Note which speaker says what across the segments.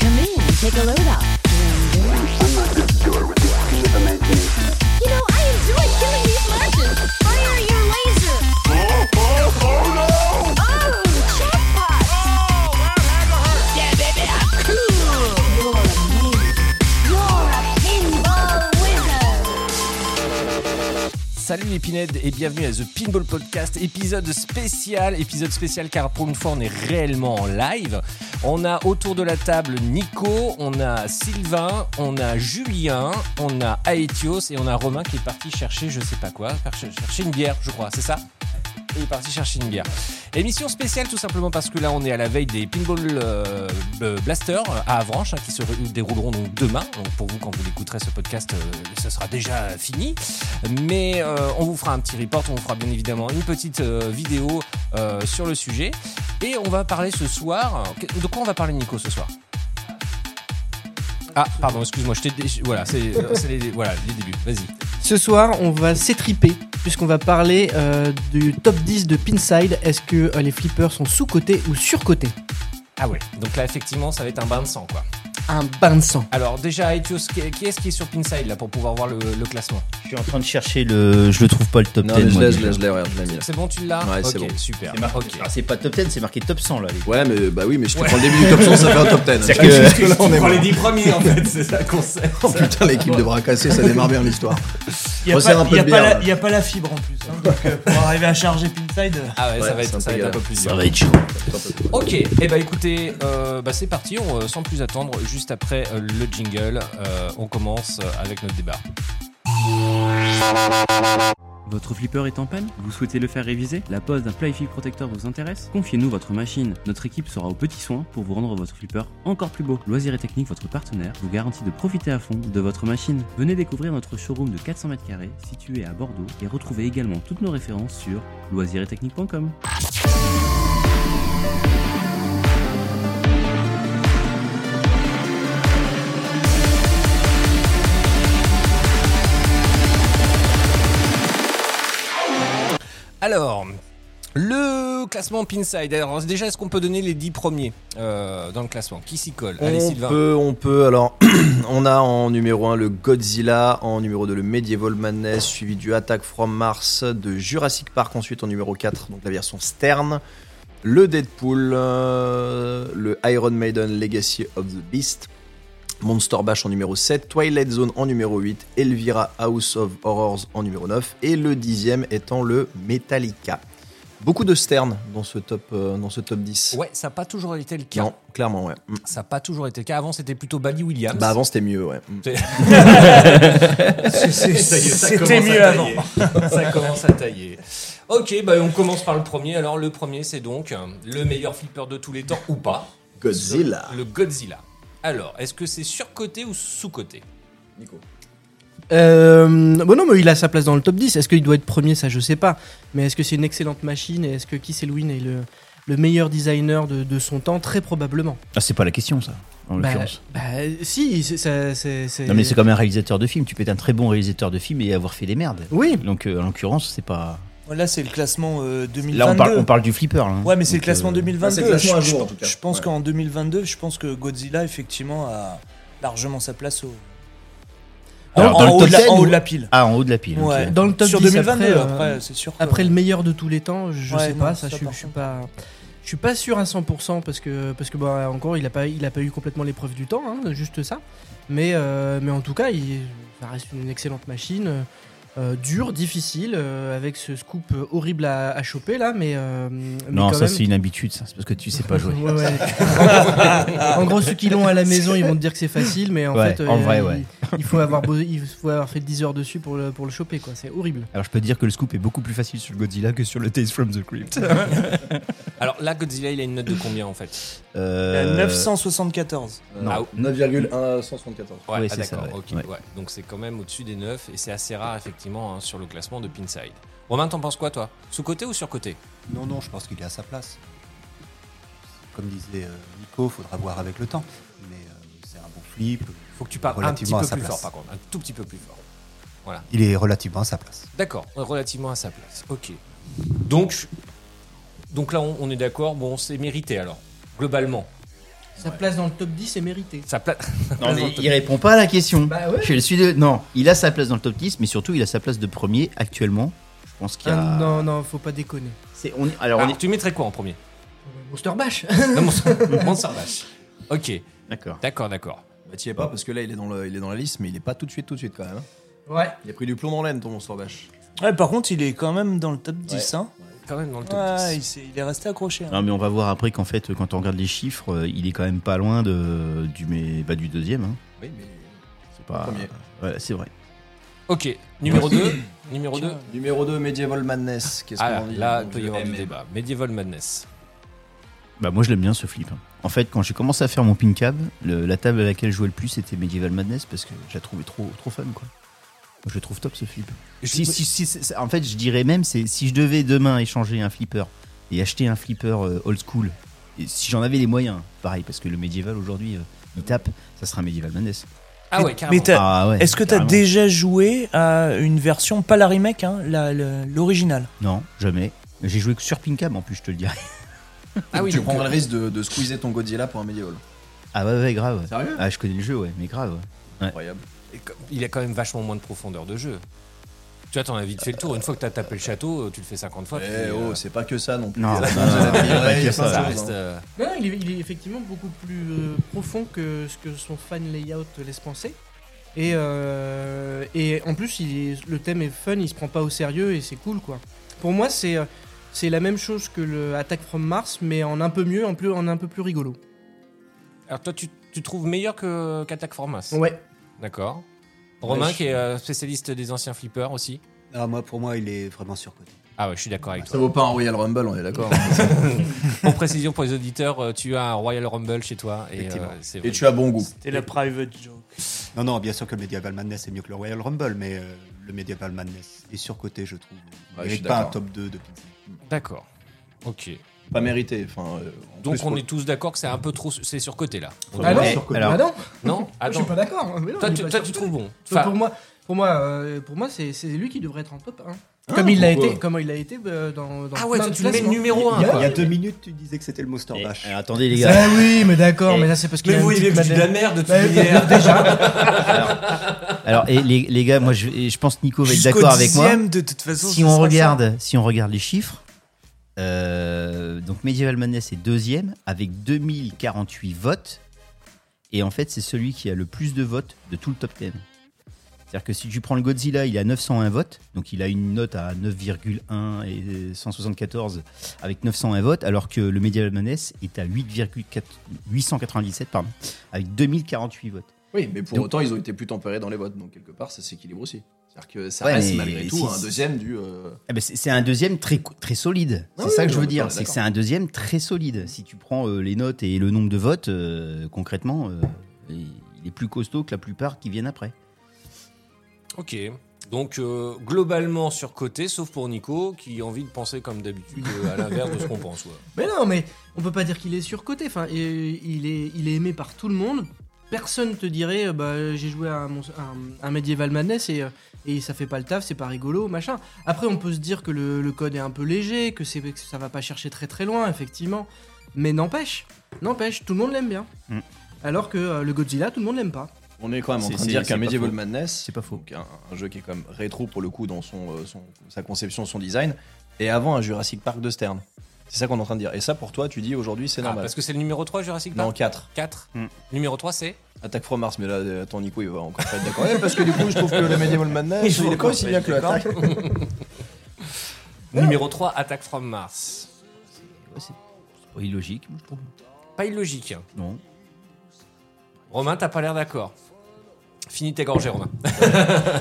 Speaker 1: Come in, take a load off.
Speaker 2: You know, I enjoy killing these legends. Fire your laser. Oh, jackpot. Yeah, baby, I'm cool. You're amazing. You're a pinball wizard.
Speaker 3: Salut les Pinheads et bienvenue à The Pinball Podcast, épisode spécial, épisode spécial car pour une fois on est réellement en live. On a autour de la table Nico, on a Sylvain, on a Julien, on a Aetios et on a Romain qui est parti chercher je sais pas quoi, par- chercher une bière je crois, c'est ça Il est parti chercher une bière. Émission spéciale tout simplement parce que là on est à la veille des Pinball euh, euh, Blasters à Avranches hein, qui se ré- dérouleront donc demain. Donc pour vous quand vous l'écouterez ce podcast, euh, ce sera déjà fini. Mais euh, on vous fera un petit report, on vous fera bien évidemment une petite euh, vidéo euh, sur le sujet. Et on va parler ce soir. que- De quoi on va parler Nico ce soir ah, pardon, excuse-moi, je t'ai. dé- Voilà, c'est euh, c'est les, voilà, les débuts, vas-y.
Speaker 4: Ce soir, on va s'étriper, puisqu'on va parler euh, du top 10 de Pinside. Est-ce que euh, les flippers sont sous-cotés ou surcotés
Speaker 3: Ah ouais, donc là, effectivement, ça va être un bain de sang, quoi.
Speaker 4: Un bain de sang.
Speaker 3: Alors, déjà, Etios, qui qui est-ce qui est sur Pinside, là, pour pouvoir voir le, le classement
Speaker 5: Je suis en train de chercher le. Je le trouve pas le top
Speaker 6: Non,
Speaker 5: 10.
Speaker 6: mais je
Speaker 5: moi,
Speaker 6: l'ai, je
Speaker 5: déjà.
Speaker 6: l'ai, je l'ai, regarde, je l'ai mis là.
Speaker 3: C'est bon, tu l'as
Speaker 6: Ouais, c'est
Speaker 3: Ok,
Speaker 6: bon.
Speaker 3: super.
Speaker 5: C'est marqué-
Speaker 3: Ok.
Speaker 5: Alors, c'est pas top 10, c'est marqué top 100 là, les gars.
Speaker 6: Ouais, mais bah oui, mais je te prends le début du top 100, ça fait un top 10.
Speaker 5: C'est-à-dire que-
Speaker 6: Jusque-là, on est
Speaker 3: Pour
Speaker 6: bon.
Speaker 3: les 10 premiers, en fait, c'est ça qu'on sait.
Speaker 6: Oh putain, l'équipe de bras cassés, ça démarre bien l'histoire.
Speaker 7: Il n'y a,
Speaker 6: Resserre un
Speaker 7: pas-
Speaker 6: peu
Speaker 7: y a
Speaker 6: de
Speaker 7: pas
Speaker 6: bière,
Speaker 7: la-
Speaker 6: là.
Speaker 7: y a pas la fibre en plus. hein, donc, euh, pour arriver à charger Pinside. euh.
Speaker 3: Ah ouais, ça
Speaker 6: Ouais,
Speaker 3: va
Speaker 6: c'est
Speaker 3: être,
Speaker 6: un
Speaker 3: ça
Speaker 6: peu
Speaker 3: va être un peu
Speaker 6: galère.
Speaker 3: plus dur.
Speaker 5: Ça va être chaud.
Speaker 3: Ok, et bah écoutez, euh, bah, c'est parti, on, euh, sans plus attendre, juste après euh, le jingle, euh, on commence euh, avec notre débat.
Speaker 8: Votre flipper est en panne Vous souhaitez le faire réviser La pose d'un Flyfield Protector vous intéresse Confiez-nous votre machine. Notre équipe sera aux petits soins pour vous rendre votre flipper encore plus beau. Loisirs et Technique, votre partenaire, vous garantit de profiter à fond de votre machine. Venez découvrir notre showroom de 400 mètres carrés situé à Bordeaux et retrouvez également toutes nos références sur loisirsetechnique.com.
Speaker 3: Alors, le classement Pinside, alors déjà, est-ce qu'on peut donner les 10 premiers euh, dans le classement Qui s'y colle Allez,
Speaker 6: On
Speaker 3: Sylvain.
Speaker 6: peut, on peut. Alors, on a en numéro 1 le Godzilla, en numéro 2 le Medieval Madness, suivi du Attack from Mars, de Jurassic Park, ensuite en numéro 4, donc la version Stern, le Deadpool, euh, le Iron Maiden Legacy of the Beast, Monster Bash en numéro 7, Twilight Zone en numéro 8, Elvira House of Horrors en numéro 9, et le dixième étant le Metallica. Beaucoup de Stern dans ce top, euh, dans ce top 10.
Speaker 3: Ouais, ça n'a pas toujours été le cas.
Speaker 6: Non, clairement, ouais. Mm.
Speaker 3: Ça n'a pas toujours été le cas. Avant, c'était plutôt Bally Williams.
Speaker 6: Bah avant c'était mieux, ouais. Mm.
Speaker 7: C'était mieux avant.
Speaker 3: ça commence à tailler. Ok, bah on commence par le premier. Alors, le premier, c'est donc euh, le meilleur flipper de tous les temps ou pas
Speaker 6: Godzilla.
Speaker 3: Le Godzilla. Alors, est-ce que c'est surcoté ou sous-coté
Speaker 4: Euh, bon, non, mais il a sa place dans le top 10. Est-ce qu'il doit être premier Ça, je sais pas. Mais est-ce que c'est une excellente machine Et est-ce que Keith Elwin est le, le meilleur designer de, de son temps Très probablement.
Speaker 5: Ah, c'est pas la question ça, en
Speaker 4: Bah,
Speaker 5: l'occurrence.
Speaker 4: bah, si, c'est- ça- c'est.
Speaker 7: euh,
Speaker 4: c'est-
Speaker 5: Non, mais c'est comme un réalisateur de film. Tu peux être un très bon réalisateur de film et avoir fait des merdes.
Speaker 4: Oui,
Speaker 5: Donc, euh, en l'occurrence, c'est pas.
Speaker 7: Là, c'est le classement euh, 2022.
Speaker 5: Là, on parle, on parle du flipper. Là, hein.
Speaker 7: Ouais, mais c'est le
Speaker 5: Donc,
Speaker 7: classement
Speaker 5: euh,
Speaker 7: 2022.
Speaker 6: c'est le classement
Speaker 7: je,
Speaker 6: à jour,
Speaker 7: je-
Speaker 6: en tout cas.
Speaker 7: je pense
Speaker 6: Ouais.
Speaker 7: qu'en 2022, je pense que Godzilla, effectivement, a largement sa place au.
Speaker 5: euh, Alors,
Speaker 7: en,
Speaker 5: dans le
Speaker 7: haut
Speaker 5: top
Speaker 7: de la,
Speaker 5: 10,
Speaker 7: en haut
Speaker 5: ou-
Speaker 7: de la pile.
Speaker 5: Ah, en haut de la pile. ok.
Speaker 7: Ouais.
Speaker 4: dans le top
Speaker 7: Sur
Speaker 4: 10
Speaker 7: 2022,
Speaker 4: après,
Speaker 7: après,
Speaker 4: euh,
Speaker 7: c'est sûr. que-
Speaker 4: Après le meilleur de tous les temps, je
Speaker 7: Ouais,
Speaker 4: sais
Speaker 7: non,
Speaker 4: pas, ça, je,
Speaker 7: ça,
Speaker 4: suis-
Speaker 7: par
Speaker 4: je suis pas, je suis pas sûr à 100% parce que parce que bah, encore il a pas il a pas eu complètement l'épreuve du temps, hein, juste ça. Mais euh, mais en tout cas, il, ça reste une excellente machine, euh, dure, difficile, euh, avec ce scoop euh, horrible à, à choper là, mais, euh, mais
Speaker 5: Non,
Speaker 4: quand
Speaker 5: ça,
Speaker 4: même-
Speaker 5: c'est une habitude. ça. C'est parce que tu sais pas jouer.
Speaker 4: Ouais, ouais. en gros, ceux qui l'ont à la maison, ils vont te dire que c'est facile, mais en
Speaker 5: Ouais,
Speaker 4: fait, euh,
Speaker 5: en vrai,
Speaker 4: il,
Speaker 5: ouais.
Speaker 4: il faut avoir beau- il faut avoir fait 10 heures dessus pour le pour le choper quoi. C'est horrible.
Speaker 5: Alors, je peux te dire que le scoop est beaucoup plus facile sur le Godzilla que sur le Tales from the Crypt.
Speaker 3: Alors là, Godzilla, il a une note de combien en fait
Speaker 5: Euh,
Speaker 7: Euh, 974.
Speaker 5: Non.
Speaker 6: 9,174.
Speaker 5: Ouais,
Speaker 3: ah,
Speaker 5: c'est ça,
Speaker 3: d'accord,
Speaker 5: ouais.
Speaker 3: ok,
Speaker 5: Ouais.
Speaker 3: ouais. Donc c'est quand même au-dessus des 9 et c'est assez rare effectivement hein, sur le classement de Pinside. Romain, t'en penses quoi toi Sous-côté ou sur-côté
Speaker 9: Non, non, je pense qu'il est à sa place. Comme disait euh, Nico, faudra voir avec le temps. Mais euh, c'est un bon flip.
Speaker 3: Faut que tu parles un petit
Speaker 9: Relativement
Speaker 3: peu
Speaker 9: à sa
Speaker 3: plus
Speaker 9: place.
Speaker 3: fort par contre, un tout petit peu plus fort.
Speaker 9: Il est relativement à sa place.
Speaker 3: D'accord, relativement à sa place. Ok. Donc, donc là, on, on est d'accord. Bon, c'est mérité alors. globalement.
Speaker 4: Sa place dans le top 10 est méritée.
Speaker 3: Sa pla-
Speaker 5: Non, mais il répond pas à la question.
Speaker 4: Bah ouais.
Speaker 5: Je suis de... Non, il a sa place dans le top 10, mais surtout, il a sa place de premier actuellement. Je pense qu'il y a.
Speaker 4: Ah, non, Ah. non, faut pas déconner.
Speaker 5: C'est- on- Alors,
Speaker 3: Alors,
Speaker 5: on est.
Speaker 3: Ah, tu mettrais quoi en premier
Speaker 4: Monster Bash
Speaker 3: Non, mon mon sardage. Ok,
Speaker 5: D'accord.
Speaker 3: d'accord, d'accord.
Speaker 6: Bah, t'y es pas parce que là, il est, dans le- il est dans la liste, mais il est pas tout de suite, tout de suite quand même. hein.
Speaker 4: Ouais.
Speaker 6: Il a pris du plomb dans l'aine, ton monstre vache.
Speaker 7: Ouais, par contre, il est quand même dans le top 10. Hein.
Speaker 3: Quand même dans le top
Speaker 7: Ouais,
Speaker 5: Ah,
Speaker 3: 10.
Speaker 7: il, s'est- il est resté accroché. hein.
Speaker 5: Non, mais on va voir après qu'en fait, quand on regarde les chiffres, euh, il est quand même pas loin de... du, mais... bah, du deuxième. hein.
Speaker 6: Oui, mais.
Speaker 5: C'est pas.
Speaker 6: Premier.
Speaker 5: Voilà, c'est vrai.
Speaker 3: Ok, numéro 2. numéro
Speaker 6: Ah.
Speaker 3: 2.
Speaker 6: Numéro 2, Medieval Madness. Qu'est-ce
Speaker 3: Ah
Speaker 6: qu'on en dit
Speaker 3: là,
Speaker 6: Donc,
Speaker 3: peut y
Speaker 6: je
Speaker 3: avoir du
Speaker 6: aime.
Speaker 3: débat. Medieval Madness.
Speaker 5: Bah, moi, je l'aime bien ce flip. hein. En fait, quand j'ai commencé à faire mon pin cab, le- la table à laquelle je jouais le plus, c'était Medieval Madness parce que je la trouvais trop, trop fun, quoi. Je le trouve top ce flip. Si- si- si- si- en fait, je dirais même, c'est si je devais demain échanger un flipper et acheter un flipper euh, old school, et si j'en avais les moyens, pareil, parce que le médiéval aujourd'hui, euh, il tape, ça sera Medieval Madness.
Speaker 3: Ah ouais, carrément.
Speaker 7: Mais t'as-
Speaker 5: Ah ouais,
Speaker 7: Est-ce que t'as
Speaker 5: carrément.
Speaker 7: déjà joué à une version, pas la remake, hein, la- le- l'original
Speaker 5: Non, jamais. J'ai joué que sur Pinkam en plus, je te le dirais.
Speaker 3: Ah oui,
Speaker 6: tu
Speaker 3: donc,
Speaker 6: prendrais le risque de, de squeezer ton Godzilla pour un Medieval.
Speaker 5: Ah ouais, ouais, grave. ouais.
Speaker 6: Sérieux
Speaker 5: Ah, je connais le jeu, ouais, mais grave. ouais.
Speaker 6: Incroyable.
Speaker 3: il a quand même vachement moins de profondeur de jeu. Tu vois, t'en as vite fait le tour. Une fois que t'as tapé le château, euh, tu le fais 50 fois. puis,
Speaker 6: Eh oh,
Speaker 3: euh,
Speaker 6: c'est pas que ça non plus.
Speaker 5: Non,
Speaker 6: Il y a la
Speaker 5: non,
Speaker 6: base,
Speaker 5: non,
Speaker 6: il y a la
Speaker 5: non,
Speaker 6: pire,
Speaker 5: pas
Speaker 6: il y a
Speaker 5: que
Speaker 6: plein de
Speaker 5: ça,
Speaker 3: ça
Speaker 6: choses,
Speaker 3: reste.
Speaker 6: hein.
Speaker 3: euh,
Speaker 4: Non, non, il est, il est effectivement beaucoup plus euh, profond que ce que son fan layout laisse penser. Et, euh, et en plus, il est- le thème est fun, il se prend pas au sérieux et c'est cool quoi. Pour moi, c'est euh, c'est la même chose que le Attack from Mars, mais en un peu mieux, en, plus, en un peu plus rigolo.
Speaker 3: Alors toi, tu, tu trouves meilleur que qu'Attack Formas.
Speaker 4: Ouais.
Speaker 3: D'accord. Romain,
Speaker 9: je-
Speaker 3: qui est euh, spécialiste des anciens flippers aussi.
Speaker 9: Ah, moi, pour moi, il est vraiment surcoté.
Speaker 3: Ah ouais, je suis d'accord avec
Speaker 6: Ça
Speaker 3: toi.
Speaker 6: vaut pas un Royal Rumble, on est d'accord.
Speaker 3: Pour précision pour les auditeurs, euh, tu as un Royal Rumble chez toi et euh,
Speaker 9: Effectivement.
Speaker 3: c'est vrai.
Speaker 6: Et tu as bon goût.
Speaker 7: C'était la private joke.
Speaker 9: Non, non, bien sûr que le Medieval Madness est mieux que le Royal Rumble, mais euh, le Medieval Madness est surcoté, je trouve. Il
Speaker 6: Ouais, je
Speaker 9: mérite
Speaker 6: suis
Speaker 9: pas un
Speaker 6: d'accord.
Speaker 9: top 2 de Pizza.
Speaker 3: D'accord. Ok.
Speaker 6: Pas mérité. Enfin, euh, en
Speaker 3: Donc
Speaker 6: plus,
Speaker 3: on
Speaker 6: pour-
Speaker 3: est tous d'accord que c'est un peu trop, c'est surcoté là.
Speaker 5: Faut
Speaker 4: Ah non,
Speaker 5: vraiment
Speaker 4: mais-
Speaker 5: surcoter.
Speaker 4: Ah
Speaker 5: Alors,
Speaker 4: non,
Speaker 3: Non,
Speaker 4: je suis
Speaker 3: attends.
Speaker 4: pas d'accord. Mais non,
Speaker 3: Toi,
Speaker 4: il est
Speaker 3: tu,
Speaker 9: bah,
Speaker 3: toi,
Speaker 4: pas surcoté.
Speaker 3: tu trouves bon.
Speaker 4: Enfin,
Speaker 3: Enfin,
Speaker 4: pour moi, pour moi, euh, pour moi, c'est c'est lui qui devrait être en top 1.
Speaker 6: Ah,
Speaker 4: comme il l'a
Speaker 6: pourquoi
Speaker 4: été, comment il a été euh, dans, dans
Speaker 3: ah ouais,
Speaker 4: plein
Speaker 3: toi,
Speaker 4: de
Speaker 3: tu le mets
Speaker 4: classements.
Speaker 3: numéro
Speaker 9: Il y, a,
Speaker 3: 1
Speaker 9: il y
Speaker 3: quoi.
Speaker 9: a deux minutes, tu disais que c'était le Monster
Speaker 5: Et-
Speaker 9: Bash.
Speaker 3: euh,
Speaker 5: alors, attendez les gars.
Speaker 4: Ah oui, mais d'accord, mais là c'est parce qu'il a une petite
Speaker 3: avez
Speaker 4: madeleine.
Speaker 3: merde
Speaker 4: Bah, déjà,
Speaker 5: Alors et les, les gars, moi je, et je pense que Nico va être
Speaker 7: Jusqu'au
Speaker 5: d'accord avec moi.
Speaker 7: dixième, de toute façon,
Speaker 5: Si
Speaker 7: ce
Speaker 5: on
Speaker 7: sera
Speaker 5: regarde, si on regarde les chiffres, euh, donc Medieval Madness est deuxième avec 2048 votes. Et en fait, c'est celui qui a le plus de votes de tout le top 10. C'est-à-dire que si tu prends le Godzilla, il a 901 votes, donc il a une note à 9,1 et 174 avec 901 votes, alors que le Medieval Madness est à 8,4 897 pardon, avec 2048 votes.
Speaker 6: Oui, mais pour
Speaker 5: Donc-
Speaker 6: autant, ils ont été plus tempérés dans les votes, donc quelque part, ça s'équilibre aussi. C'est-à-dire que ça
Speaker 5: Ouais,
Speaker 6: reste
Speaker 5: mais
Speaker 6: malgré
Speaker 5: si-
Speaker 6: tout un deuxième du. euh,
Speaker 5: Ah ben, c'est c'est un deuxième très, co- très solide.
Speaker 6: Ah
Speaker 5: C'est
Speaker 6: oui,
Speaker 5: ça que
Speaker 6: oui,
Speaker 5: je
Speaker 6: on
Speaker 5: veux
Speaker 6: est
Speaker 5: dire.
Speaker 6: d'accord,
Speaker 5: C'est que
Speaker 6: d'accord.
Speaker 5: c'est un deuxième très solide. Si tu prends euh, les notes et le nombre de votes, euh, concrètement, euh, il il est plus costaud que la plupart qui viennent après.
Speaker 3: Ok. Donc euh, globalement surcoté, sauf pour Nico qui a envie de penser comme d'habitude euh, à l'inverse de ce qu'on pense. ouais.
Speaker 4: Mais non, mais on peut pas dire qu'il est surcoté. Enfin, et- il est, il est aimé par tout le monde. Personne te dirait, euh, bah, j'ai joué à un, mon- un- un Medieval Madness et, euh, et ça fait pas le taf, c'est pas rigolo, machin. Après, on peut se dire que le, le code est un peu léger, que, c'est, que ça va pas chercher très très loin, effectivement. Mais n'empêche, n'empêche, tout le monde l'aime bien.
Speaker 5: Mm.
Speaker 4: Alors que euh, le Godzilla, tout le monde l'aime pas.
Speaker 6: On est quand même en
Speaker 5: C'est-
Speaker 6: train de
Speaker 5: c'est-
Speaker 6: dire
Speaker 5: c'est
Speaker 6: qu'un
Speaker 5: pas
Speaker 6: Medieval
Speaker 5: faux.
Speaker 6: Madness,
Speaker 5: C'est pas faux.
Speaker 6: donc un, un jeu qui est quand même rétro pour le coup dans son, euh, son- sa conception, son design, est avant un Jurassic Park de Stern. C'est ça qu'on est en train de dire. Et ça, pour toi, tu dis aujourd'hui, c'est
Speaker 3: Ah,
Speaker 6: normal.
Speaker 3: parce que c'est le numéro 3 Jurassic Park
Speaker 6: Non, 4.
Speaker 3: 4.
Speaker 5: Hmm.
Speaker 3: Numéro 3 c'est
Speaker 6: Attack from Mars, mais là, euh, attends, Nico, il va encore pas être d'accord. Ouais, parce que du coup, je trouve que le Medieval Madness, il est pas aussi bien que le Attack.
Speaker 9: Ah.
Speaker 3: Numéro 3 Attack from Mars.
Speaker 5: Ouais, c'est c'est pas illogique, moi, je trouve.
Speaker 3: Pas illogique. hein.
Speaker 5: Non.
Speaker 3: Romain, t'as pas l'air d'accord. Fini tes gorgées, Romain.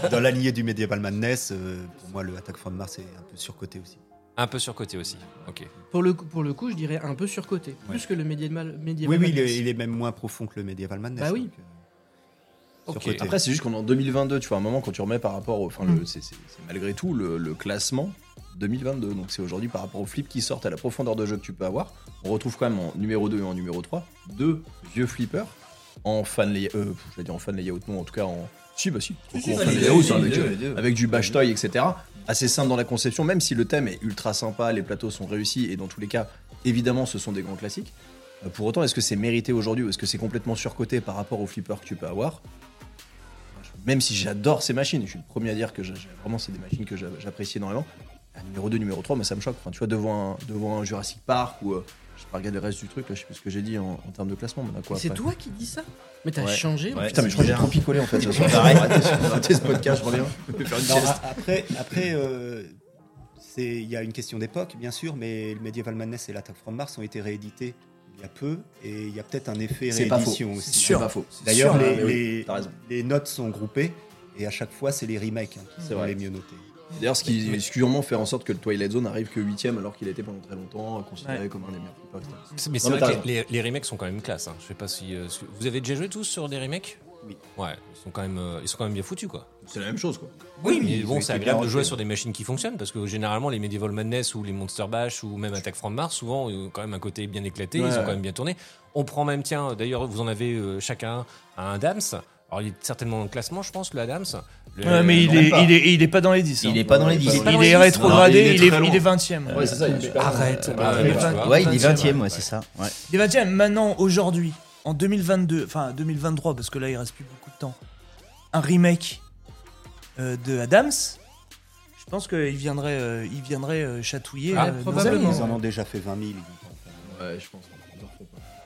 Speaker 9: Dans la lignée du Medieval Madness, euh, pour moi, le Attack from Mars est un peu surcoté aussi.
Speaker 3: Un peu surcoté aussi. Ok.
Speaker 4: Pour le, coup- pour le coup, je dirais un peu surcoté.
Speaker 9: Ouais.
Speaker 4: Plus que le Medieval, Medieval
Speaker 9: Oui, oui, il
Speaker 4: Madness.
Speaker 9: est, il est même moins profond que le Medieval Madness.
Speaker 4: Bah oui.
Speaker 9: donc, euh,
Speaker 3: Ok.
Speaker 9: Surcoté.
Speaker 6: Après, c'est juste qu'on est en 2022, tu vois, à un moment, quand tu remets par rapport au. Enfin, le- c'est c'est- c'est malgré tout le, le classement 2022. Donc, c'est aujourd'hui par rapport aux flips qui sortent à la profondeur de jeu que tu peux avoir. On retrouve quand même en numéro 2 et en numéro 3 deux vieux flippers en fan layout. Euh, pff, j'allais dire en fan layout, non, en tout cas en. Si, bah si. en fan layout, hein, avec, euh, avec du bash toy, etc. Assez simple dans la conception, même si le thème est ultra sympa, les plateaux sont réussis et dans tous les cas, évidemment, ce sont des grands classiques. Euh, Pour autant, est-ce que c'est mérité aujourd'hui ou est-ce que c'est complètement surcoté par rapport au flipper que tu peux avoir Moi, je- Même si j'adore ces machines, je suis le premier à dire que j'a- vraiment c'est des machines que j'a- j'apprécie énormément. Un numéro 2, numéro 3, moi ça me choque. Enfin, tu vois, devant un, devant un Jurassic Park ou euh, je sais pas, regarde le reste du truc, là, je sais plus ce que j'ai dit en, en termes de classement. mais on a quoi
Speaker 4: C'est
Speaker 6: après
Speaker 4: toi qui dis ça Mais t'as
Speaker 6: Ouais.
Speaker 4: changé
Speaker 5: Ouais.
Speaker 6: Putain, mais je crois que j'ai trop picolé en fait ce soir.
Speaker 5: Arrête.
Speaker 6: Arrêtez ce- arrêtez ce podcast, je reviens. Je vais faire une
Speaker 9: Non,
Speaker 6: sieste.
Speaker 9: a- après, après euh, c'est- il y a une question d'époque, bien sûr, mais le Medieval Madness et l'Attaque from Mars ont été réédités il y a peu, et il y a peut-être un effet
Speaker 6: C'est pas faux.
Speaker 9: réédition aussi.
Speaker 6: C'est sûr. pas faux.
Speaker 9: D'ailleurs,
Speaker 6: Sûr,
Speaker 9: les,
Speaker 6: mais oui,
Speaker 9: les-
Speaker 6: t'as raison.
Speaker 9: les notes sont groupées, et à chaque fois, c'est les remakes hein, qui
Speaker 6: C'est
Speaker 9: sont
Speaker 6: vrai.
Speaker 9: les mieux notés.
Speaker 6: D'ailleurs, ce qui sûrement fait en sorte que le Twilight Zone arrive que 8 alors qu'il était pendant très longtemps euh, considéré comme un des meilleurs flippers, etc.
Speaker 3: C'est- Mais c'est
Speaker 6: Non, mais
Speaker 3: vrai
Speaker 6: t'as
Speaker 3: que les, les remakes sont quand même classe. hein. Je sais pas si euh, si- vous avez déjà joué tous sur des remakes.
Speaker 9: Oui.
Speaker 3: Ouais, ils sont quand même, euh, ils sont quand même bien foutus quoi.
Speaker 6: C'est la même chose quoi.
Speaker 3: Oui,
Speaker 9: ils
Speaker 3: mais
Speaker 9: ont
Speaker 3: bon,
Speaker 9: été
Speaker 3: c'est
Speaker 9: bien
Speaker 3: agréable de jouer
Speaker 9: refaits.
Speaker 3: sur des machines qui fonctionnent parce que généralement les Medieval Madness ou les Monster Bash ou même Attack from Mars, souvent ils ont quand même un côté bien éclaté,
Speaker 6: Ouais,
Speaker 3: ils
Speaker 6: ouais.
Speaker 3: ont quand même bien tourné. On prend même, tiens, d'ailleurs vous en avez euh, chacun un Adams. Alors il est certainement dans le classement, je pense, le Adams. Le-
Speaker 7: Ouais, mais il
Speaker 6: Euh, même
Speaker 7: est,
Speaker 6: pas.
Speaker 7: il, est, il est pas dans les 10.
Speaker 5: Il
Speaker 7: hein.
Speaker 5: est pas dans les
Speaker 6: Il est
Speaker 5: 10.
Speaker 6: pas
Speaker 7: Il est
Speaker 6: Non,
Speaker 7: rétrogradé,
Speaker 6: il
Speaker 7: il
Speaker 6: est
Speaker 7: est,
Speaker 6: très
Speaker 7: il est
Speaker 6: loin.
Speaker 7: 20ème.
Speaker 6: Ouais, c'est ça, il est super
Speaker 3: Arrête.
Speaker 6: loin.
Speaker 3: bah,
Speaker 7: il
Speaker 3: bah,
Speaker 7: est
Speaker 3: tu
Speaker 7: vingt-
Speaker 3: vois.
Speaker 5: Ouais, il est
Speaker 7: 20e,
Speaker 5: 20ème, ouais, c'est ça. Ouais.
Speaker 7: Il est 20ème, maintenant, aujourd'hui, en 2022, enfin 2023, parce que là il reste plus beaucoup de temps, un remake euh, de Adams. Je pense qu'il viendrait, euh, il viendrait euh, chatouiller
Speaker 4: Ah,
Speaker 7: euh, nos
Speaker 4: probablement.
Speaker 7: amis,
Speaker 9: Ils
Speaker 7: hein.
Speaker 9: en ont déjà fait 20 000. ils vont pas en faire.
Speaker 6: Ouais, je pense.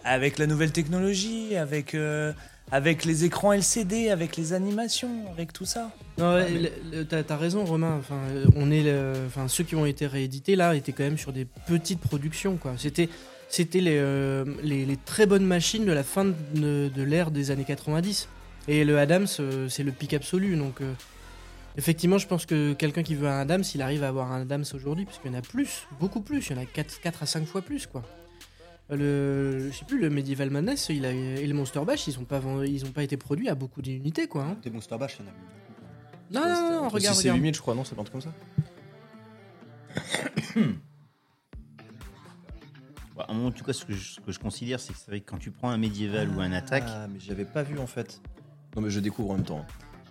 Speaker 7: Avec la nouvelle technologie, avec, euh, avec les écrans LCD, avec les animations, avec tout ça.
Speaker 4: Non,
Speaker 6: Ah,
Speaker 4: ouais, le- le- t'as t'as raison, Romain. Enfin, euh, on est, le- enfin, ceux qui ont été réédités là étaient quand même sur des petites productions, quoi. C'était, c'était les, euh, les, les très bonnes machines de la fin de, de l'ère des années 90. Et le Adams, euh, c'est le pic absolu. Donc, euh, effectivement, je pense que quelqu'un qui veut un Adams, il arrive à avoir un Adams aujourd'hui, parce qu'il y en a plus, beaucoup plus. Il y en a 4, à 5 fois plus, quoi. Le, je sais plus, le Medieval Madness il a, et le Monster Bash, ils n'ont pas, vend- ils ont pas été produits à beaucoup d'unités, quoi. hein.
Speaker 9: Des Monster Bash, il y en a eu beaucoup. quoi.
Speaker 3: Ah,
Speaker 4: Non, non, non, non, regarde,
Speaker 6: C'est
Speaker 4: regarde.
Speaker 6: 8000, je crois, non C'est pas un truc comme ça
Speaker 5: Bah, en tout cas, ce que je, ce que je considère, c'est que c'est vrai que quand tu prends un médiéval ou un attaque,
Speaker 6: Ah, mais j'avais pas vu en fait. Non, mais je découvre en même temps.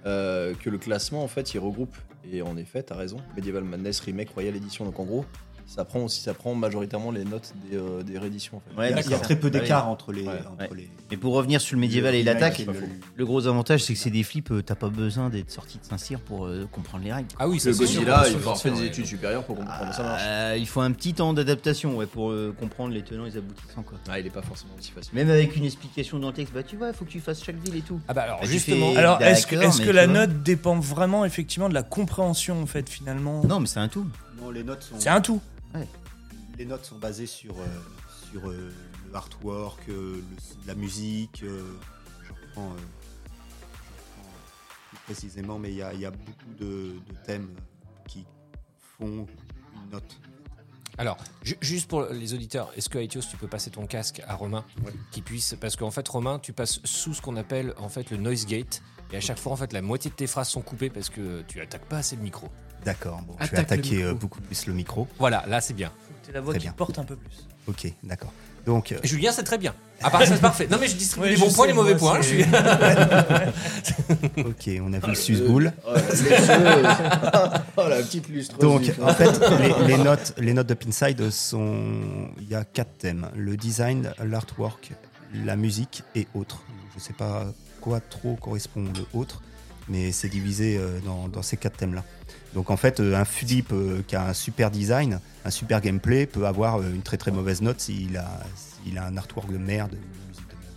Speaker 6: Euh, que le classement, en fait, il regroupe. Et en effet, t'as raison. Medieval Madness Remake Royal Edition. Donc en gros, ça prend aussi, ça prend majoritairement les notes des, euh, des rééditions. En fait.
Speaker 5: Ouais,
Speaker 9: Il y a- il y a
Speaker 5: d'accord.
Speaker 9: très peu
Speaker 5: Ouais.
Speaker 9: d'écart entre les.
Speaker 6: Ouais.
Speaker 9: entre
Speaker 5: Ouais.
Speaker 9: les-
Speaker 5: Mais pour revenir sur le médiéval et
Speaker 9: le remake
Speaker 5: l'attaque,
Speaker 9: et le-
Speaker 5: le gros avantage, c'est que c'est des flips, euh, t'as pas besoin d'être sorti de Saint-Cyr pour euh, comprendre les règles.
Speaker 3: Ah oui,
Speaker 6: Le
Speaker 3: c'est sûr,
Speaker 6: Godzilla,
Speaker 3: c'est
Speaker 6: il
Speaker 3: sûr,
Speaker 6: faut avoir fait des
Speaker 3: ouais.
Speaker 6: études supérieures pour comprendre
Speaker 9: Ah.
Speaker 6: ça marche.
Speaker 5: Euh, il faut un petit temps d'adaptation ouais, pour euh, comprendre les tenants et les aboutissants. Quoi.
Speaker 6: Ah, il est pas forcément aussi facile.
Speaker 5: Même avec une explication dans le texte, bah tu vois, il faut que tu fasses chaque ville et tout.
Speaker 3: Ah bah alors
Speaker 5: Bah, tu
Speaker 3: justement.
Speaker 5: fais-
Speaker 7: Alors, est-ce que,
Speaker 5: D'accord,
Speaker 7: est-ce
Speaker 5: mais
Speaker 7: que
Speaker 5: tu
Speaker 7: la
Speaker 5: vois.
Speaker 7: note dépend vraiment, effectivement, de la compréhension, en fait, finalement
Speaker 5: Non, mais c'est un tout.
Speaker 9: Non, les notes sont.
Speaker 7: C'est un tout.
Speaker 9: Les notes sont basées sur, euh, sur euh, le artwork, euh, le- la musique. euh, je reprends, euh, je reprends plus précisément, mais il y a, il y a beaucoup de, de thèmes qui font une note.
Speaker 3: Alors, ju- juste pour les auditeurs, est-ce que Aetios, tu peux passer ton casque à Romain
Speaker 9: Ouais.
Speaker 3: qui puisse parce qu'en fait Romain, tu passes sous ce qu'on appelle en fait le noise gate et à chaque fois en fait la moitié de tes phrases sont coupées parce que tu attaques pas assez le micro.
Speaker 9: D'accord, bon,
Speaker 4: je vais Attaque le attaquer, euh, micro.
Speaker 9: beaucoup plus le micro.
Speaker 3: Voilà, là c'est bien.
Speaker 7: C'est la voix
Speaker 9: Très
Speaker 7: qui
Speaker 9: bien.
Speaker 7: porte un peu plus.
Speaker 9: Ok, d'accord. Donc, euh,
Speaker 3: Julien, c'est très bien. À part ça, c'est parfait. Non mais je distribue
Speaker 7: Oui,
Speaker 3: les
Speaker 7: je
Speaker 3: bons points,
Speaker 7: sais,
Speaker 3: les mauvais
Speaker 7: moi,
Speaker 3: points. hein, Je
Speaker 7: c'est-
Speaker 3: suis...
Speaker 9: ok, on a vu le susboule.
Speaker 6: Oh, la oh la petite lustre.
Speaker 9: Donc, en fait, les, les notes, les notes de Pinside sont. Il y a quatre thèmes le design, l'artwork, la musique et autres. Je ne sais pas quoi trop correspond le autre, mais c'est divisé euh, dans, dans ces quatre thèmes-là. Donc, en fait, euh, un flip euh, qui a un super design, un super gameplay, peut avoir euh, une très très mauvaise note s'il a, s'il a un artwork de merde, une musique de merde.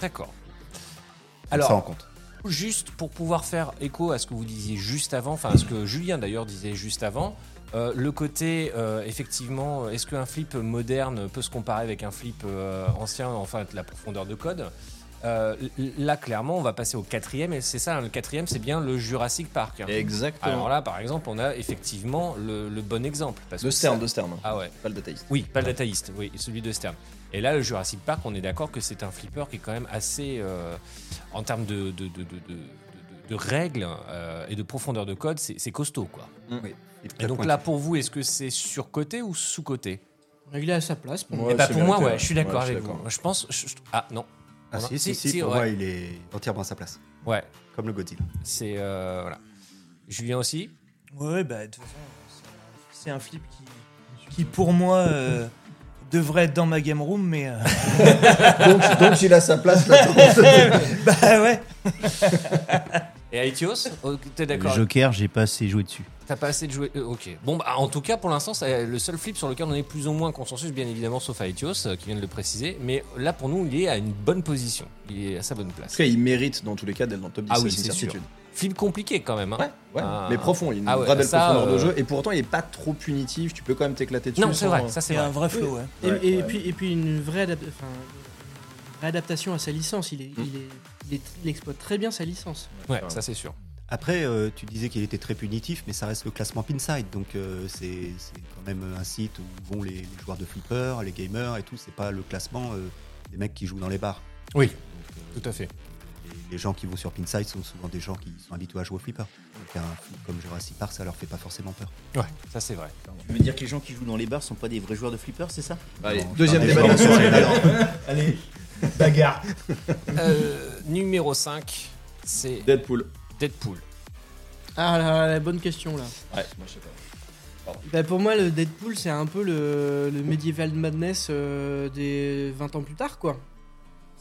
Speaker 3: D'accord.
Speaker 9: Faut que ça en
Speaker 3: Alors,
Speaker 9: compte.
Speaker 3: juste pour pouvoir faire écho à ce que vous disiez juste avant, enfin à ce que Julien d'ailleurs disait juste avant, euh, le côté euh, effectivement, est-ce qu'un flip moderne peut se comparer avec un flip euh, ancien, enfin de la profondeur de code Euh, l- Là, clairement, on va passer au quatrième, et c'est ça, hein, le quatrième, c'est bien le Jurassic Park. hein.
Speaker 6: Exactement.
Speaker 3: Alors là, par exemple, on a effectivement le, le bon exemple. Parce
Speaker 6: de
Speaker 3: que
Speaker 6: Stern,
Speaker 3: ça-
Speaker 6: de Stern.
Speaker 3: Ah ouais.
Speaker 6: Pas le dataïste.
Speaker 3: Oui, pas le dataïste, oui, celui de Stern. Et là, le Jurassic Park, on est d'accord que c'est un flipper qui est quand même assez, euh, en termes de, de, de, de- de- de- de règles euh, et de profondeur de code, c'est c'est costaud, quoi. Et donc là, pour vous, est-ce que c'est surcoté ou sous-coté
Speaker 4: Il est à sa place pour moi.
Speaker 6: Ouais,
Speaker 3: Eh ben,
Speaker 6: c'est
Speaker 3: Pour moi,
Speaker 6: mérité,
Speaker 3: ouais, je suis d'accord
Speaker 6: Ouais, je
Speaker 3: avec
Speaker 6: suis
Speaker 3: vous.
Speaker 6: d'accord.
Speaker 3: Je pense... je- je- ah, non.
Speaker 9: Ah,
Speaker 3: Voilà.
Speaker 9: si, si, si, pour
Speaker 3: ouais.
Speaker 9: moi, il est entièrement à sa place,
Speaker 3: Ouais,
Speaker 9: comme le Godzilla.
Speaker 3: c'est... euh, voilà. Julien aussi
Speaker 7: Ouais, bah, de toute façon, c'est- c'est un flip qui, qui pour moi, euh, devrait être dans ma game room, mais. euh,
Speaker 10: Donc, donc il a sa place là-dedans.
Speaker 7: bah ouais.
Speaker 3: Et Aetios Oh, T'es
Speaker 5: Le
Speaker 3: d'accord
Speaker 5: Joker, j'ai pas assez joué dessus.
Speaker 3: T'as pas assez de jouer. euh, ok. Bon, bah, en tout cas, pour l'instant, c'est euh, le seul flip sur lequel on est plus ou moins consensus, bien évidemment, sauf Aetios, euh, qui vient de le préciser. Mais là, pour nous, il est à une bonne position. Il est à sa bonne
Speaker 6: En
Speaker 3: place.
Speaker 6: tout cas, il mérite dans tous les cas d'être dans le top 10.
Speaker 3: Ah oui,
Speaker 6: une
Speaker 3: c'est sûr.
Speaker 6: certitude.
Speaker 3: Flip compliqué quand même. hein.
Speaker 6: Ouais, ouais.
Speaker 3: Ah.
Speaker 6: mais profond, il y a une
Speaker 3: Ah ouais,
Speaker 6: vraie belle
Speaker 3: ça,
Speaker 6: profondeur de
Speaker 3: euh,
Speaker 6: jeu. Et pourtant, il est pas trop punitif. Tu peux quand même t'éclater dessus.
Speaker 3: Non, c'est
Speaker 6: sans-
Speaker 3: vrai. Ça, c'est
Speaker 7: C'est un
Speaker 3: vrai.
Speaker 7: vrai flow, ouais.
Speaker 4: Et,
Speaker 10: Ouais,
Speaker 4: et
Speaker 10: ouais.
Speaker 4: puis, et puis une vraie adap- enfin, une vraie adaptation à sa licence. Il, est, il, est, il, est- il exploite très bien sa licence.
Speaker 3: Ouais, ça, c'est sûr.
Speaker 9: Après, euh, tu disais qu'il était très punitif, mais ça reste le classement Pinside, donc euh, c'est c'est quand même un site où vont les, les joueurs de flipper, les gamers et tout. C'est pas le classement euh, des mecs qui jouent dans les bars.
Speaker 3: Oui,
Speaker 9: Donc, euh,
Speaker 3: Tout à fait.
Speaker 9: Les, les gens qui vont sur Pinside sont souvent des gens qui sont habitués à jouer au flipper. Donc un flip comme Jurassic Park, ça leur fait pas forcément peur.
Speaker 3: Ouais, ça, c'est vrai.
Speaker 5: Tu veux dire que les gens qui jouent dans les bars sont pas des vrais joueurs de flipper, c'est ça
Speaker 6: Allez,
Speaker 9: Non,
Speaker 6: deuxième
Speaker 9: je
Speaker 6: débat.
Speaker 9: parle des gens-
Speaker 10: Allez, bagarre.
Speaker 3: Euh, numéro 5, c'est
Speaker 6: Deadpool.
Speaker 3: Deadpool.
Speaker 4: Ah là là, la bonne question là.
Speaker 6: Ouais, moi je sais pas.
Speaker 4: Bah, pour moi, le Deadpool, c'est un peu le, le Medieval Madness euh, des 20 ans plus tard, quoi.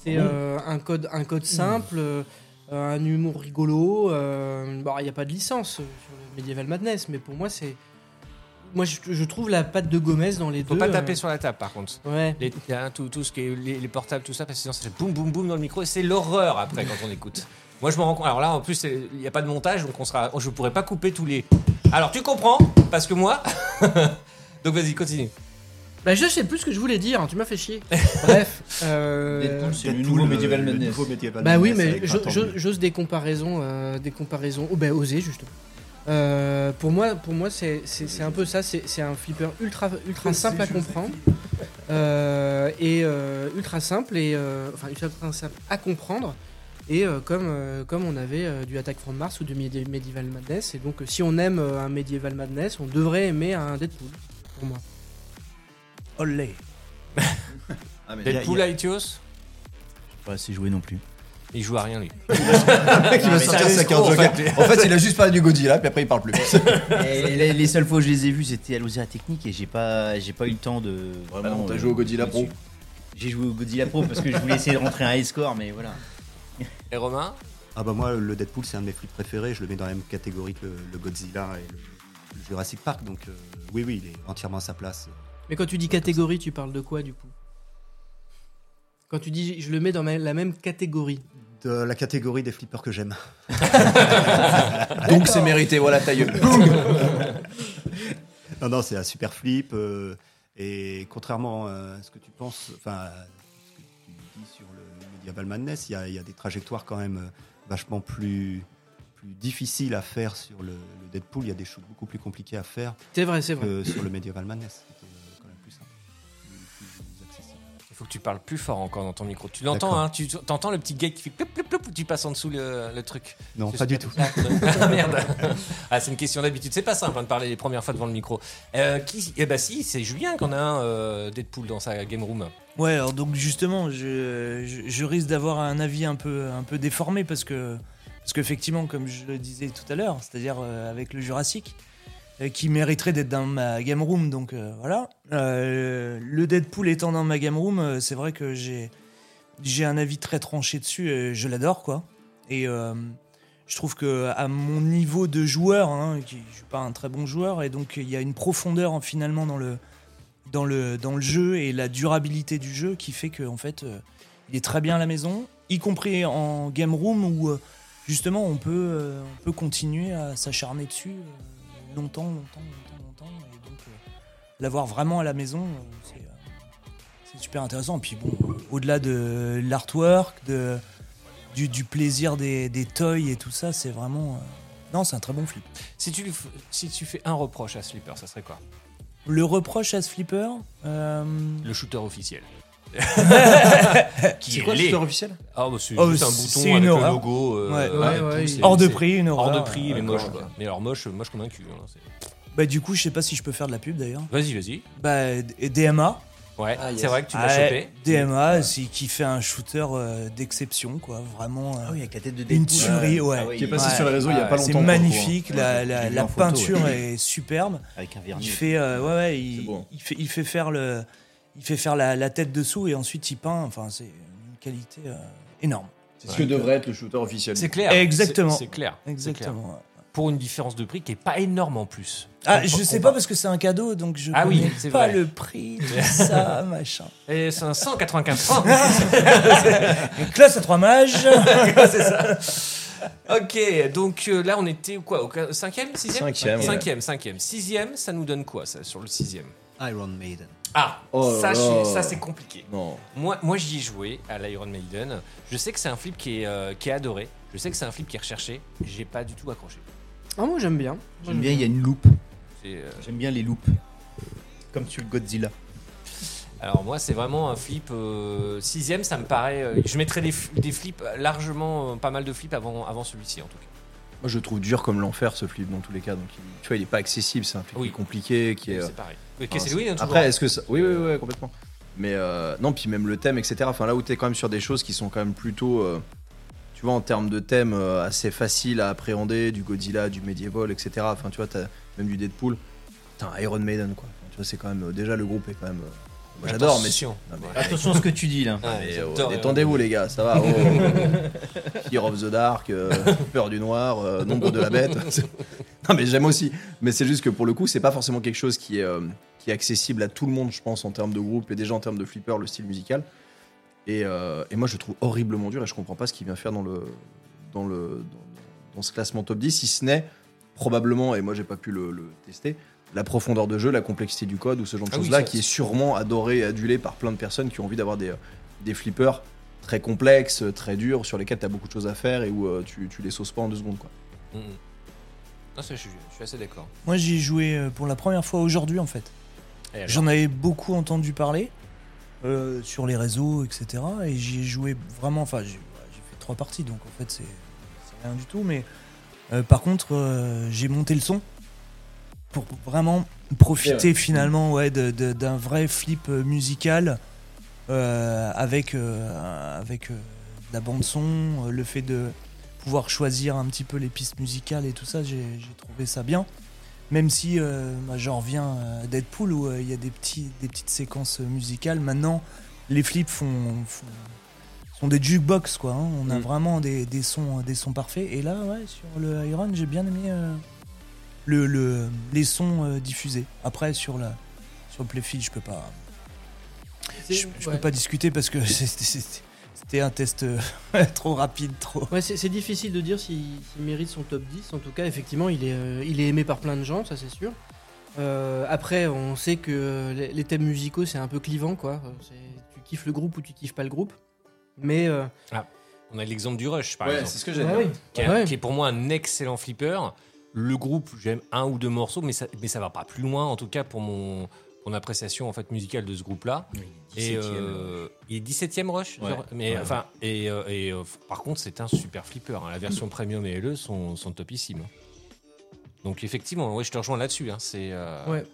Speaker 4: C'est euh, un, code, un code simple, euh, un humour rigolo. euh, bon, il n'y a pas de licence sur le Medieval Madness, mais pour moi, c'est. Moi, je, je trouve la patte de Gomez dans les
Speaker 3: Faut
Speaker 4: deux.
Speaker 3: pas
Speaker 4: euh,
Speaker 3: taper sur la table, par contre.
Speaker 4: Ouais.
Speaker 3: Les, hein, tout, tout ce qui est les, les portables, tout ça, parce que sinon ça fait boum boum boum dans le micro et c'est l'horreur après quand on écoute. Moi je me rends compte. Alors là en plus c'est- il n'y a pas de montage donc on sera, oh, je pourrais pas couper tous les. Alors tu comprends parce que moi. donc vas-y continue.
Speaker 4: Bah, je sais plus ce que je voulais dire, hein, tu m'as fait chier. Bref. euh,
Speaker 10: Deadpool, c'est le
Speaker 9: Deadpool,
Speaker 10: nouveau
Speaker 9: le-
Speaker 10: Medieval
Speaker 9: le
Speaker 10: Madness.
Speaker 9: nouveau Medieval
Speaker 4: Bah oui,
Speaker 9: Madness
Speaker 4: mais
Speaker 9: avec
Speaker 4: je-
Speaker 9: 20 ans
Speaker 4: je-
Speaker 9: de-
Speaker 4: j'ose des comparaisons, euh, des comparaisons, oh, bah, oser justement. Euh, pour moi, pour moi, c'est c'est- c'est un peu ça. C'est c'est un flipper ultra ultra simple à comprendre Euh, et euh, ultra simple et euh, enfin ultra simple à comprendre. Et euh, comme euh, comme on avait euh, du Attack from Mars ou du Medi- Medieval Madness, et donc euh, si on aime euh, un Medieval Madness, on devrait aimer un Deadpool. Pour moi.
Speaker 7: Olé.
Speaker 6: Ah, mais
Speaker 3: Deadpool Aetios,
Speaker 5: J'ai Pas assez joué non plus.
Speaker 3: il joue à rien lui.
Speaker 9: Ah,
Speaker 6: le mec, il va sortir sa carte Joker. En fait, il a juste parlé du Godzilla, puis après, il parle plus.
Speaker 5: Et Euh, les, les seules fois où je les ai vus, c'était à l'Osera Technique et j'ai pas, j'ai pas eu le temps de vraiment.
Speaker 6: Bah non, t'as
Speaker 5: euh,
Speaker 6: joué au Godzilla Pro.
Speaker 5: J'ai joué au Godzilla Pro parce que je voulais essayer de rentrer un high score, mais voilà.
Speaker 3: Et Romain,
Speaker 9: Ah bah moi, le Deadpool, c'est un de mes flips préférés. Je le mets dans la même catégorie que le, le Godzilla et le, le Jurassic Park. Donc euh, oui, oui, il est entièrement à sa place.
Speaker 4: Mais quand tu dis catégorie, tu parles de quoi du coup Quand tu dis je le mets dans ma- la même catégorie.
Speaker 9: De la catégorie des flippers que j'aime.
Speaker 6: Ah, Donc, c'est mérité, voilà, ta gueule.
Speaker 9: Non, non, c'est un super flip. euh, et contrairement euh, à ce que tu penses, enfin, à ce que tu dis sur le Medieval Madness, il y a, il y a des trajectoires quand même euh, vachement plus, plus difficiles à faire sur le, le Deadpool. Il y a des choses beaucoup plus compliquées à faire
Speaker 4: C'est vrai, c'est vrai.
Speaker 7: Euh,
Speaker 9: que sur le Medieval Madness. qui était, euh, quand même plus simple, plus- plus accessible.
Speaker 3: il faut que tu parles plus fort encore dans ton micro. Tu l'entends,
Speaker 9: D'accord.
Speaker 3: hein Tu entends le petit gars qui fait plop plop plop ou tu passes en dessous le, le truc.
Speaker 9: Non,
Speaker 3: C'est
Speaker 9: pas du
Speaker 3: super
Speaker 9: tout.
Speaker 3: bizarre. ah merde. Ah, c'est une question d'habitude. C'est pas simple hein, de parler les premières fois devant le micro. Euh, qui Eh bah si, c'est Julien qu'on a un euh, Deadpool dans sa game room.
Speaker 7: Ouais, alors donc justement, je, je- je risque d'avoir un avis un peu, un peu déformé parce que, parce qu'effectivement, comme je le disais tout à l'heure, c'est-à-dire euh, avec le Jurassic, euh, qui mériterait d'être dans ma game room, donc euh, voilà. Euh, le Deadpool étant dans ma game room, euh, c'est vrai que j'ai, j'ai un avis très tranché dessus, euh, je l'adore quoi. Et euh, je trouve que à mon niveau de joueur, hein, qui, je suis pas un très bon joueur, et donc il y a une profondeur en- finalement dans le, dans le, dans le jeu et la durabilité du jeu qui fait que en fait euh, il est très bien à la maison, y compris en game room où euh, justement on peut, euh, on peut continuer à s'acharner dessus euh, longtemps, longtemps, longtemps, longtemps. Et donc euh, l'avoir vraiment à la maison, euh, c'est, euh, c'est super intéressant. Et puis bon, au-delà de l'artwork, de, du, du plaisir des, des toys et tout ça, c'est vraiment. euh, non, c'est un très bon flip.
Speaker 3: Si tu, lui f- si tu fais un reproche à Slipper, ça serait quoi
Speaker 7: Le reproche à ce flipper. euh,
Speaker 3: Le shooter officiel. qui
Speaker 6: C'est quoi le
Speaker 3: l'est.
Speaker 6: shooter officiel
Speaker 3: Ah, bah, c'est
Speaker 7: Oh,
Speaker 3: juste un
Speaker 7: c'est
Speaker 3: bouton
Speaker 7: une
Speaker 3: avec le
Speaker 7: horreur.
Speaker 3: logo. euh,
Speaker 7: Ouais,
Speaker 3: voilà,
Speaker 4: ouais,
Speaker 3: et tout,
Speaker 4: ouais,
Speaker 3: c'est-
Speaker 7: Hors de
Speaker 3: c'est
Speaker 7: prix, une horreur. euh,
Speaker 3: Hors de prix, mais
Speaker 6: D'accord,
Speaker 3: moche.
Speaker 6: ok.
Speaker 3: quoi. Mais alors moche, moche comme un cul. hein, c'est-
Speaker 7: Bah du coup, je sais pas si je peux faire de la pub d'ailleurs.
Speaker 3: Vas-y, vas-y.
Speaker 7: Bah d- DMA.
Speaker 3: Ouais,
Speaker 6: Ah, yes.
Speaker 3: c'est vrai que tu l'as
Speaker 7: Ouais,
Speaker 3: chopé.
Speaker 7: DMA, c'est qui fait un shooter euh, d'exception quoi, vraiment. euh,
Speaker 5: Ah oui, avec la tête de
Speaker 7: Une
Speaker 5: Deadpool.
Speaker 7: tuerie, ouais.
Speaker 5: Ah oui,
Speaker 6: Qui est passé
Speaker 7: Ouais.
Speaker 6: sur les réseaux il y
Speaker 9: Ah,
Speaker 6: a pas longtemps.
Speaker 7: c'est
Speaker 6: pour le coup, hein.
Speaker 7: magnifique, la, la-
Speaker 5: J'ai vu
Speaker 7: la
Speaker 5: en photo,
Speaker 7: peinture
Speaker 5: ouais.
Speaker 7: est superbe.
Speaker 5: Avec un
Speaker 7: Il
Speaker 5: vernis.
Speaker 7: fait, euh, ouais, ouais, il,
Speaker 6: beau, hein.
Speaker 7: il fait, il fait faire le, Il fait faire la, la tête dessous et ensuite il peint. Enfin, c'est une qualité euh, énorme.
Speaker 6: C'est ce que devrait être le shooter officiel.
Speaker 3: C'est clair.
Speaker 7: Exactement.
Speaker 3: C'est c'est clair. c'est clair.
Speaker 7: Exactement.
Speaker 3: Pour une différence de prix qui est pas énorme en plus.
Speaker 7: Ah,
Speaker 3: On-
Speaker 7: je
Speaker 3: on-
Speaker 7: sais
Speaker 3: on
Speaker 7: pas
Speaker 3: parle-
Speaker 7: parce que c'est un cadeau, donc je
Speaker 3: Ah oui,
Speaker 7: connais
Speaker 3: c'est
Speaker 7: pas
Speaker 3: vrai.
Speaker 7: le prix, tout ça, machin.
Speaker 3: Et c'est un 195 francs.
Speaker 7: Une classe à trois mages.
Speaker 3: c'est ça. Ok, donc euh, là on était au quoi au quin- Cinquième, sixième
Speaker 6: Cinquième, ouais.
Speaker 3: cinquième, cinquième. Sixième, ça nous donne quoi ça, sur le sixième
Speaker 5: Iron Maiden.
Speaker 3: Ah,
Speaker 6: Oh
Speaker 3: ça,
Speaker 6: là
Speaker 3: je-
Speaker 6: là.
Speaker 3: ça, c'est compliqué.
Speaker 6: Non.
Speaker 3: Moi, moi j'y ai joué à l'Iron Maiden. Je sais que c'est un flip qui est, euh, qui est adoré. Je sais que c'est un flip qui est recherché. J'ai pas du tout accroché.
Speaker 4: Ah, moi j'aime bien. Moi,
Speaker 5: J'aime bien, il y a une loupe.
Speaker 3: C'est, euh,
Speaker 5: J'aime bien les loupes. Comme sur le Godzilla.
Speaker 3: Alors moi, c'est vraiment un flip euh, sixième, ça me paraît. euh, je mettrais des, f- des flips largement, euh, pas mal de flips avant, avant celui-ci en tout cas.
Speaker 6: Moi, je le trouve dur comme l'enfer ce flip dans tous les cas. Donc, il- tu vois, il est pas accessible. C'est un flip
Speaker 3: Oui.
Speaker 6: qui est compliqué, qui est.
Speaker 3: C'est pareil. Oui, que
Speaker 6: enfin,
Speaker 3: c'est
Speaker 6: c'est-
Speaker 3: Louis, hein, toujours.
Speaker 6: Après, est-ce que ça... Oui, oui, oui, complètement. Mais euh, non, puis même le thème, etc. Enfin, là où t'es quand même sur des choses qui sont quand même plutôt, euh, tu vois, en termes de thème, euh, assez faciles à appréhender, du Godzilla, du Medieval, etc. Enfin, tu vois, t'as même du Deadpool. Putain, Iron Maiden, quoi. Enfin, tu vois, c'est quand même. euh, déjà, le groupe est quand même. euh, moi, j'adore, mais.
Speaker 3: Attention.
Speaker 6: Non, mais-
Speaker 5: Attention à ce que tu dis là.
Speaker 3: Ah,
Speaker 6: mais,
Speaker 3: j'adore,
Speaker 6: euh,
Speaker 3: Iron
Speaker 6: Détendez-vous, les gars, ça va. Oh, Fear of the Dark, euh, Peur du Noir, euh, Nombre de la Bête. non, mais j'aime aussi. Mais c'est juste que pour le coup, c'est pas forcément quelque chose qui est, euh, qui est accessible à tout le monde, je pense, en termes de groupe et déjà en termes de flipper, le style musical. Et, euh, et moi, je le trouve horriblement dur et je comprends pas ce qu'il vient faire dans, le, dans, le, dans, dans ce classement top 10, si ce n'est probablement, et moi j'ai pas pu le, le tester, la profondeur de jeu, la complexité du code ou ce genre de
Speaker 3: Ah oui,
Speaker 6: choses-là
Speaker 3: ça-
Speaker 6: qui est sûrement adoré et adulé par plein de personnes qui ont envie d'avoir des, euh, des flippers très complexes, très durs, sur lesquels tu as beaucoup de choses à faire et où euh, tu, tu les sauces pas en deux secondes. Quoi.
Speaker 3: Maiden. Mm, mm. Non, ça, je, suis- je suis assez d'accord.
Speaker 7: Moi, j'y ai joué euh, pour la première fois aujourd'hui, en fait.
Speaker 3: Et alors
Speaker 7: J'en avais beaucoup entendu parler euh, sur les réseaux, etc. Et j'y ai joué vraiment. Enfin, j'ai ouais, j'ai fait trois parties, donc en fait, c'est c'est rien du tout. Mais euh, par contre, euh, j'ai monté le son pour vraiment profiter finalement ouais, de- de- d'un vrai flip euh, musical euh, avec, euh, avec euh, de la bande-son, euh, le fait de pouvoir choisir un petit peu les pistes musicales et tout ça, j'ai j'ai trouvé ça bien. Même si euh, bah, j'en reviens à Deadpool où euh, il y a des, petits, des petites séquences euh, musicales. Maintenant, les flips font, font- sont des jukebox quoi. hein. On a
Speaker 3: Mm.
Speaker 7: vraiment des, des sons, euh, des sons parfaits. Et là, ouais, sur le Iron, j'ai bien aimé euh, le, le- les sons euh, diffusés. Après, sur, la, sur le Playfield, je peux pas,
Speaker 4: C'est-
Speaker 7: je, je
Speaker 4: ouais.
Speaker 7: peux pas discuter parce que c'était- c'était c'était un test euh, trop rapide, trop.
Speaker 4: Ouais, c'est c'est difficile de dire s'il s'il mérite son top 10. En tout cas, effectivement, il est, euh, il est aimé par plein de gens, ça c'est sûr. Euh, après, on sait que euh, les, les thèmes musicaux, c'est un peu clivant, quoi. Euh, c'est- Tu kiffes le groupe ou tu kiffes pas le groupe. Mais. euh,
Speaker 3: On a l'exemple du Rush, par exemple,
Speaker 6: ce que
Speaker 10: Ah
Speaker 4: bah oui.
Speaker 3: qui, est-
Speaker 4: Ouais.
Speaker 3: qui est pour moi un excellent flipper. Le groupe, j'aime un ou deux morceaux, mais ça, mais ça va pas plus loin, en tout cas pour mon, mon appréciation en fait musicale de ce groupe-là. Et euh, il est 17ème rush.
Speaker 6: Ouais.
Speaker 3: genre, mais
Speaker 6: Ouais.
Speaker 3: enfin, et, euh, et, euh, par contre, c'est un super flipper. hein. La version premium et LE sont, sont topissimes. hein. Donc effectivement, ouais, je te rejoins là-dessus. hein. C'est. euh,
Speaker 4: Ouais.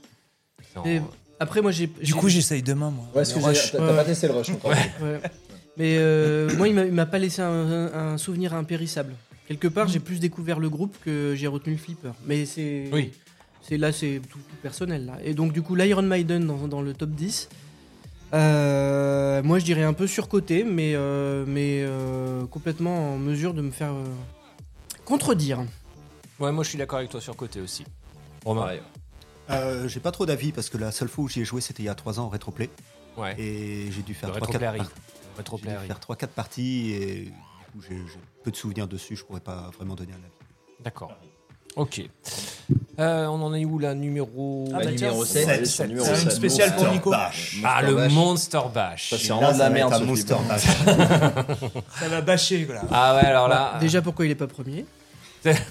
Speaker 3: c'est en-
Speaker 4: Et- Après, moi, j'ai.
Speaker 7: Du coup, j'essaye demain, moi.
Speaker 10: Ouais, ce que
Speaker 7: Le
Speaker 10: j'ai-
Speaker 7: rush.
Speaker 10: t'as t'as pas testé le rush encore.
Speaker 4: Ouais. Mais euh, moi, il m'a- il m'a pas laissé un, un souvenir impérissable. Quelque part, j'ai plus découvert le groupe que j'ai retenu le flipper. Mais c'est.
Speaker 3: Oui.
Speaker 4: C'est là, c'est tout, tout personnel. Là. Et donc, du coup, l'Iron Maiden dans, dans le top 10. euh, moi, je dirais un peu surcoté, mais, euh, mais euh, complètement en mesure de me faire euh, contredire.
Speaker 3: Ouais, moi je suis d'accord avec toi sur côté aussi. Romain.
Speaker 9: Euh, j'ai pas trop d'avis parce que la seule fois où j'y ai joué c'était il y a 3 ans en rétroplay
Speaker 3: Ouais.
Speaker 9: et j'ai dû faire
Speaker 3: Le
Speaker 9: 3 4
Speaker 3: rétroplat arrive. Le rétroplat arrive.
Speaker 9: 3-4 parties et du coup, j'ai j'ai peu de souvenirs dessus, je pourrais pas vraiment donner un avis.
Speaker 3: D'accord. Ok. Euh, on en est où là numéro
Speaker 7: Ah, bah,
Speaker 6: numéro
Speaker 7: tiens,
Speaker 6: 7,
Speaker 7: sept,
Speaker 6: c'est
Speaker 7: sept.
Speaker 6: numéro
Speaker 7: C'est une
Speaker 6: sept.
Speaker 7: spéciale pour Nico.
Speaker 3: Ah, le Monster Bash.
Speaker 6: Ça, c'est
Speaker 9: Et
Speaker 6: vraiment
Speaker 9: là,
Speaker 6: de la
Speaker 9: ça va être
Speaker 6: merde.
Speaker 9: un
Speaker 6: ce flip.
Speaker 9: Monster
Speaker 5: Ah,
Speaker 9: Bash.
Speaker 7: Ça va bâcher, voilà.
Speaker 3: Ah ouais, alors là.
Speaker 4: Déjà, pourquoi il est pas premier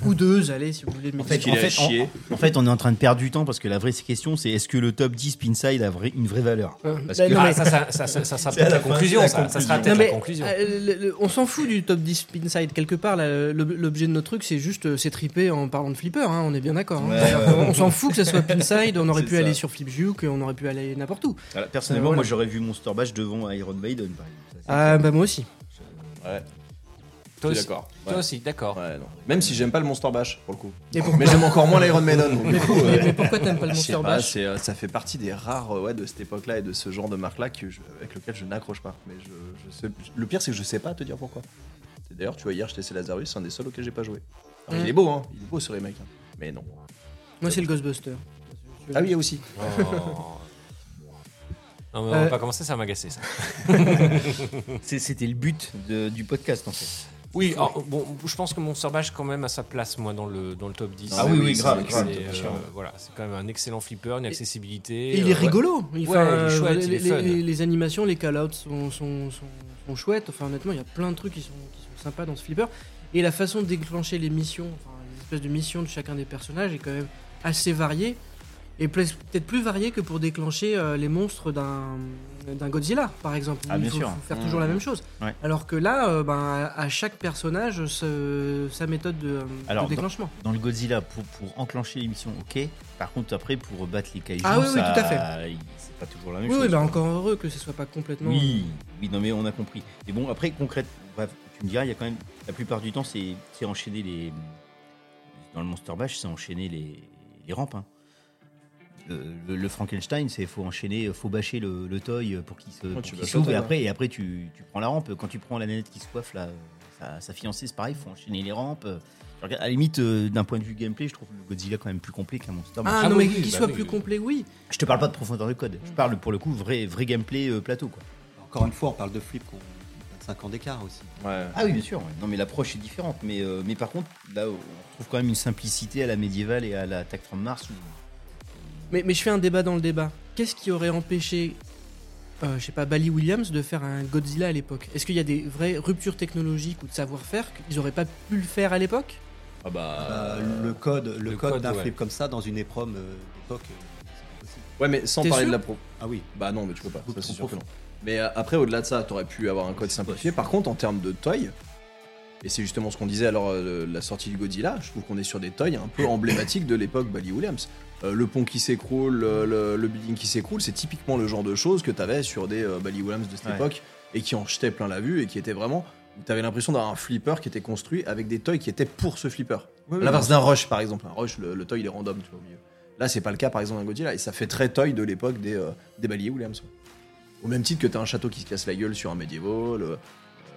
Speaker 4: Ou deux, allez, si vous voulez. le
Speaker 5: En
Speaker 4: métier.
Speaker 5: fait,
Speaker 6: qu'il
Speaker 5: en,
Speaker 6: a
Speaker 5: fait,
Speaker 6: chié.
Speaker 5: on, en fait, on est en train de perdre du temps parce que la vraie question c'est est-ce que le top 10 Pinside a vra- une vraie valeur
Speaker 4: Euh,
Speaker 5: Parce
Speaker 4: bah,
Speaker 5: que-
Speaker 4: non,
Speaker 3: Ah,
Speaker 4: mais-
Speaker 3: ça, ça, ça, ça, ça sera peut-être la conclusion. ça, ça sera
Speaker 4: Non,
Speaker 3: peut-être la
Speaker 4: mais,
Speaker 3: conclusion.
Speaker 4: euh, le- le- on s'en fout du top 10 pinside quelque part. là, l'ob- L'objet de notre truc, c'est juste euh, s'étriper en parlant de flipper. hein, on est bien d'accord. hein.
Speaker 6: Ouais,
Speaker 4: C'est-à-dire
Speaker 6: ouais,
Speaker 4: qu'on- On s'en fout que ça soit pinside. On aurait
Speaker 6: C'est
Speaker 4: pu
Speaker 6: ça.
Speaker 4: aller sur Flipjuke, on aurait pu aller n'importe où.
Speaker 5: Voilà,
Speaker 4: Euh,
Speaker 5: personnellement,
Speaker 4: voilà.
Speaker 5: moi
Speaker 4: bah,
Speaker 5: j'aurais vu Monster Bash devant Iron Maiden par exemple. Ça, c'est-
Speaker 4: Ah bah moi aussi.
Speaker 6: Ouais.
Speaker 3: Toi
Speaker 6: Je suis
Speaker 3: aussi.
Speaker 6: d'accord.
Speaker 3: Toi
Speaker 6: Ouais.
Speaker 3: aussi, d'accord.
Speaker 6: Ouais, non. Même si j'aime pas le Monster Bash, pour le coup.
Speaker 4: Et pourquoi-
Speaker 6: Mais j'aime encore moins l'Iron Maiden. donc, du
Speaker 4: Mais,
Speaker 6: coup,
Speaker 4: mais-
Speaker 6: euh,
Speaker 4: mais pourquoi t'aimes pas le
Speaker 6: je sais
Speaker 4: Monster
Speaker 6: pas,
Speaker 4: Bash
Speaker 6: c'est, euh, ça fait partie des rares euh, ouais, de cette époque-là et de ce genre de marque-là que je- avec lequel je n'accroche pas. Mais je, je sais- le pire, c'est que je sais pas te dire pourquoi. Et D'ailleurs, tu vois, hier, je testais Lazarus, c'est un des seuls auxquels j'ai pas joué. Alors,
Speaker 4: Mm.
Speaker 6: Il est beau, hein Il est beau, ce remake. hein. Mais non.
Speaker 4: Moi, c'est le Ghostbuster.
Speaker 6: Ah oui, il y a aussi.
Speaker 3: Oh. Non, mais on va
Speaker 4: Euh,
Speaker 3: pas commencer, ça va m'agacer ça.
Speaker 5: C'est- C'était le but de- du podcast en fait.
Speaker 3: Oui, alors, bon, je pense que mon sorbage quand même à sa place moi dans le dans le top 10.
Speaker 6: Ah oui, oui,
Speaker 3: C'est-
Speaker 6: grave,
Speaker 3: c'est-
Speaker 6: grave,
Speaker 3: c'est,
Speaker 6: bien
Speaker 3: euh,
Speaker 6: sûr.
Speaker 3: voilà, c'est quand même un excellent flipper, une accessibilité.
Speaker 4: il est
Speaker 3: euh, ouais.
Speaker 4: rigolo. Il-
Speaker 3: Ouais,
Speaker 4: enfin,
Speaker 3: il est chouette,
Speaker 4: les,
Speaker 3: il est
Speaker 4: les-
Speaker 3: fun.
Speaker 4: les- les animations, les call-outs sont, sont- sont- sont chouettes. Enfin, honnêtement, il y a plein de trucs qui sont, qui sont sympas dans ce flipper. Et la façon de déclencher les missions, enfin, les espèces de missions de chacun des personnages est quand même assez variée. Et pla- peut-être plus variée que pour déclencher euh, les monstres d'un d'un Godzilla, par exemple.
Speaker 5: Ah,
Speaker 4: Il
Speaker 5: bien
Speaker 4: faut,
Speaker 5: sûr.
Speaker 4: faut faire toujours la même chose.
Speaker 5: Ouais.
Speaker 4: Alors que là, euh, ben, à- à chaque personnage, ce- sa méthode de, euh, de
Speaker 5: Alors, dans-
Speaker 4: déclenchement.
Speaker 5: Dans le Godzilla, pour, pour enclencher l'émission, ok. Par contre, après, pour battre les kaijus,
Speaker 4: Ah oui, oui,
Speaker 5: ça-
Speaker 4: tout à fait.
Speaker 5: il- C'est pas toujours la même
Speaker 4: Oui,
Speaker 5: chose.
Speaker 4: oui, bah, encore heureux que ce soit pas complètement. euh.
Speaker 5: Oui, oui, non mais on a compris. Mais bon, après, concrète, bref, tu me diras, il y a quand même, la plupart du temps, c'est c'est enchaîner les. Dans le Monster Bash, c'est enchaîner les, les rampes. hein. Euh, le, le Frankenstein, c'est faut enchaîner, faut bâcher le, le toy pour qu'il se
Speaker 6: Ouais,
Speaker 5: pour
Speaker 6: tu
Speaker 5: qu'il
Speaker 6: bâches
Speaker 5: s'ouvre
Speaker 6: le
Speaker 5: et
Speaker 6: toy,
Speaker 5: après et après tu, tu prends la rampe. Quand tu prends la nanette qui se coiffe là, euh, sa, sa fiancée, c'est pareil, faut enchaîner les rampes. Je regarde- à la limite, euh, d'un point de vue gameplay, je trouve le Godzilla quand même plus complet qu'un Monster Bash.
Speaker 4: Ah,
Speaker 3: Ah
Speaker 4: non,
Speaker 3: oui,
Speaker 4: mais
Speaker 3: oui,
Speaker 4: qu'il
Speaker 3: bah
Speaker 4: soit
Speaker 3: oui,
Speaker 4: plus
Speaker 3: oui.
Speaker 4: complet, oui.
Speaker 5: Je te parle pas de profondeur de code. Je parle pour le coup vrai vrai gameplay euh, plateau quoi.
Speaker 11: Encore une fois, on parle de flip qu'on 25 ans d'écart aussi.
Speaker 6: Ouais.
Speaker 5: Ah oui, bien sûr. ouais. Non, mais l'approche est différente. Mais, euh, mais par contre, là, on trouve quand même une simplicité à la médiévale et à la Attack from Mars. où- euh,
Speaker 4: Mais, mais je fais un débat dans le débat. Qu'est-ce qui aurait empêché, euh, je sais pas, Bally Williams de faire un Godzilla à l'époque Est-ce qu'il y a des vraies ruptures technologiques ou de savoir-faire qu'ils auraient pas pu le faire à l'époque
Speaker 5: Ah bah.
Speaker 11: Euh, le code, le
Speaker 3: le
Speaker 11: code,
Speaker 3: code,
Speaker 11: d'un
Speaker 3: ouais.
Speaker 11: flip comme ça dans une épreuve euh, d'époque, euh, c'est pas possible.
Speaker 6: Ouais, mais sans
Speaker 4: T'es
Speaker 6: parler
Speaker 4: sûr
Speaker 6: de la pro.
Speaker 11: Ah oui.
Speaker 6: Bah non, mais tu peux pas.
Speaker 11: Beaucoup
Speaker 6: Ça, c'est
Speaker 11: trop
Speaker 6: sûr que non.
Speaker 11: profond.
Speaker 6: Mais euh, après, au-delà de ça, t'aurais pu avoir un code simplifié. Par contre, en termes de toy, et c'est justement ce qu'on disait alors euh, la sortie du Godzilla, je trouve qu'on est sur des toys un peu emblématiques de l'époque Bally Williams. Euh, le pont qui s'écroule, le, le- le building qui s'écroule, c'est typiquement le genre de choses que t'avais sur des euh, Bally Williams de cette
Speaker 5: Ouais.
Speaker 6: époque et qui en jetaient plein la vue et qui étaient vraiment. T'avais l'impression d'avoir un flipper qui était construit avec des toys qui étaient pour ce flipper.
Speaker 11: Mm.
Speaker 6: À L'inverse d'un rush par exemple. Un rush, le, le toy il est random, tu vois, au milieu. Là, c'est pas le cas par exemple d'un Godzilla et ça fait très toy de l'époque des, euh, des Bally Williams. Au même titre que t'as un château qui se casse la gueule sur un médiéval, le,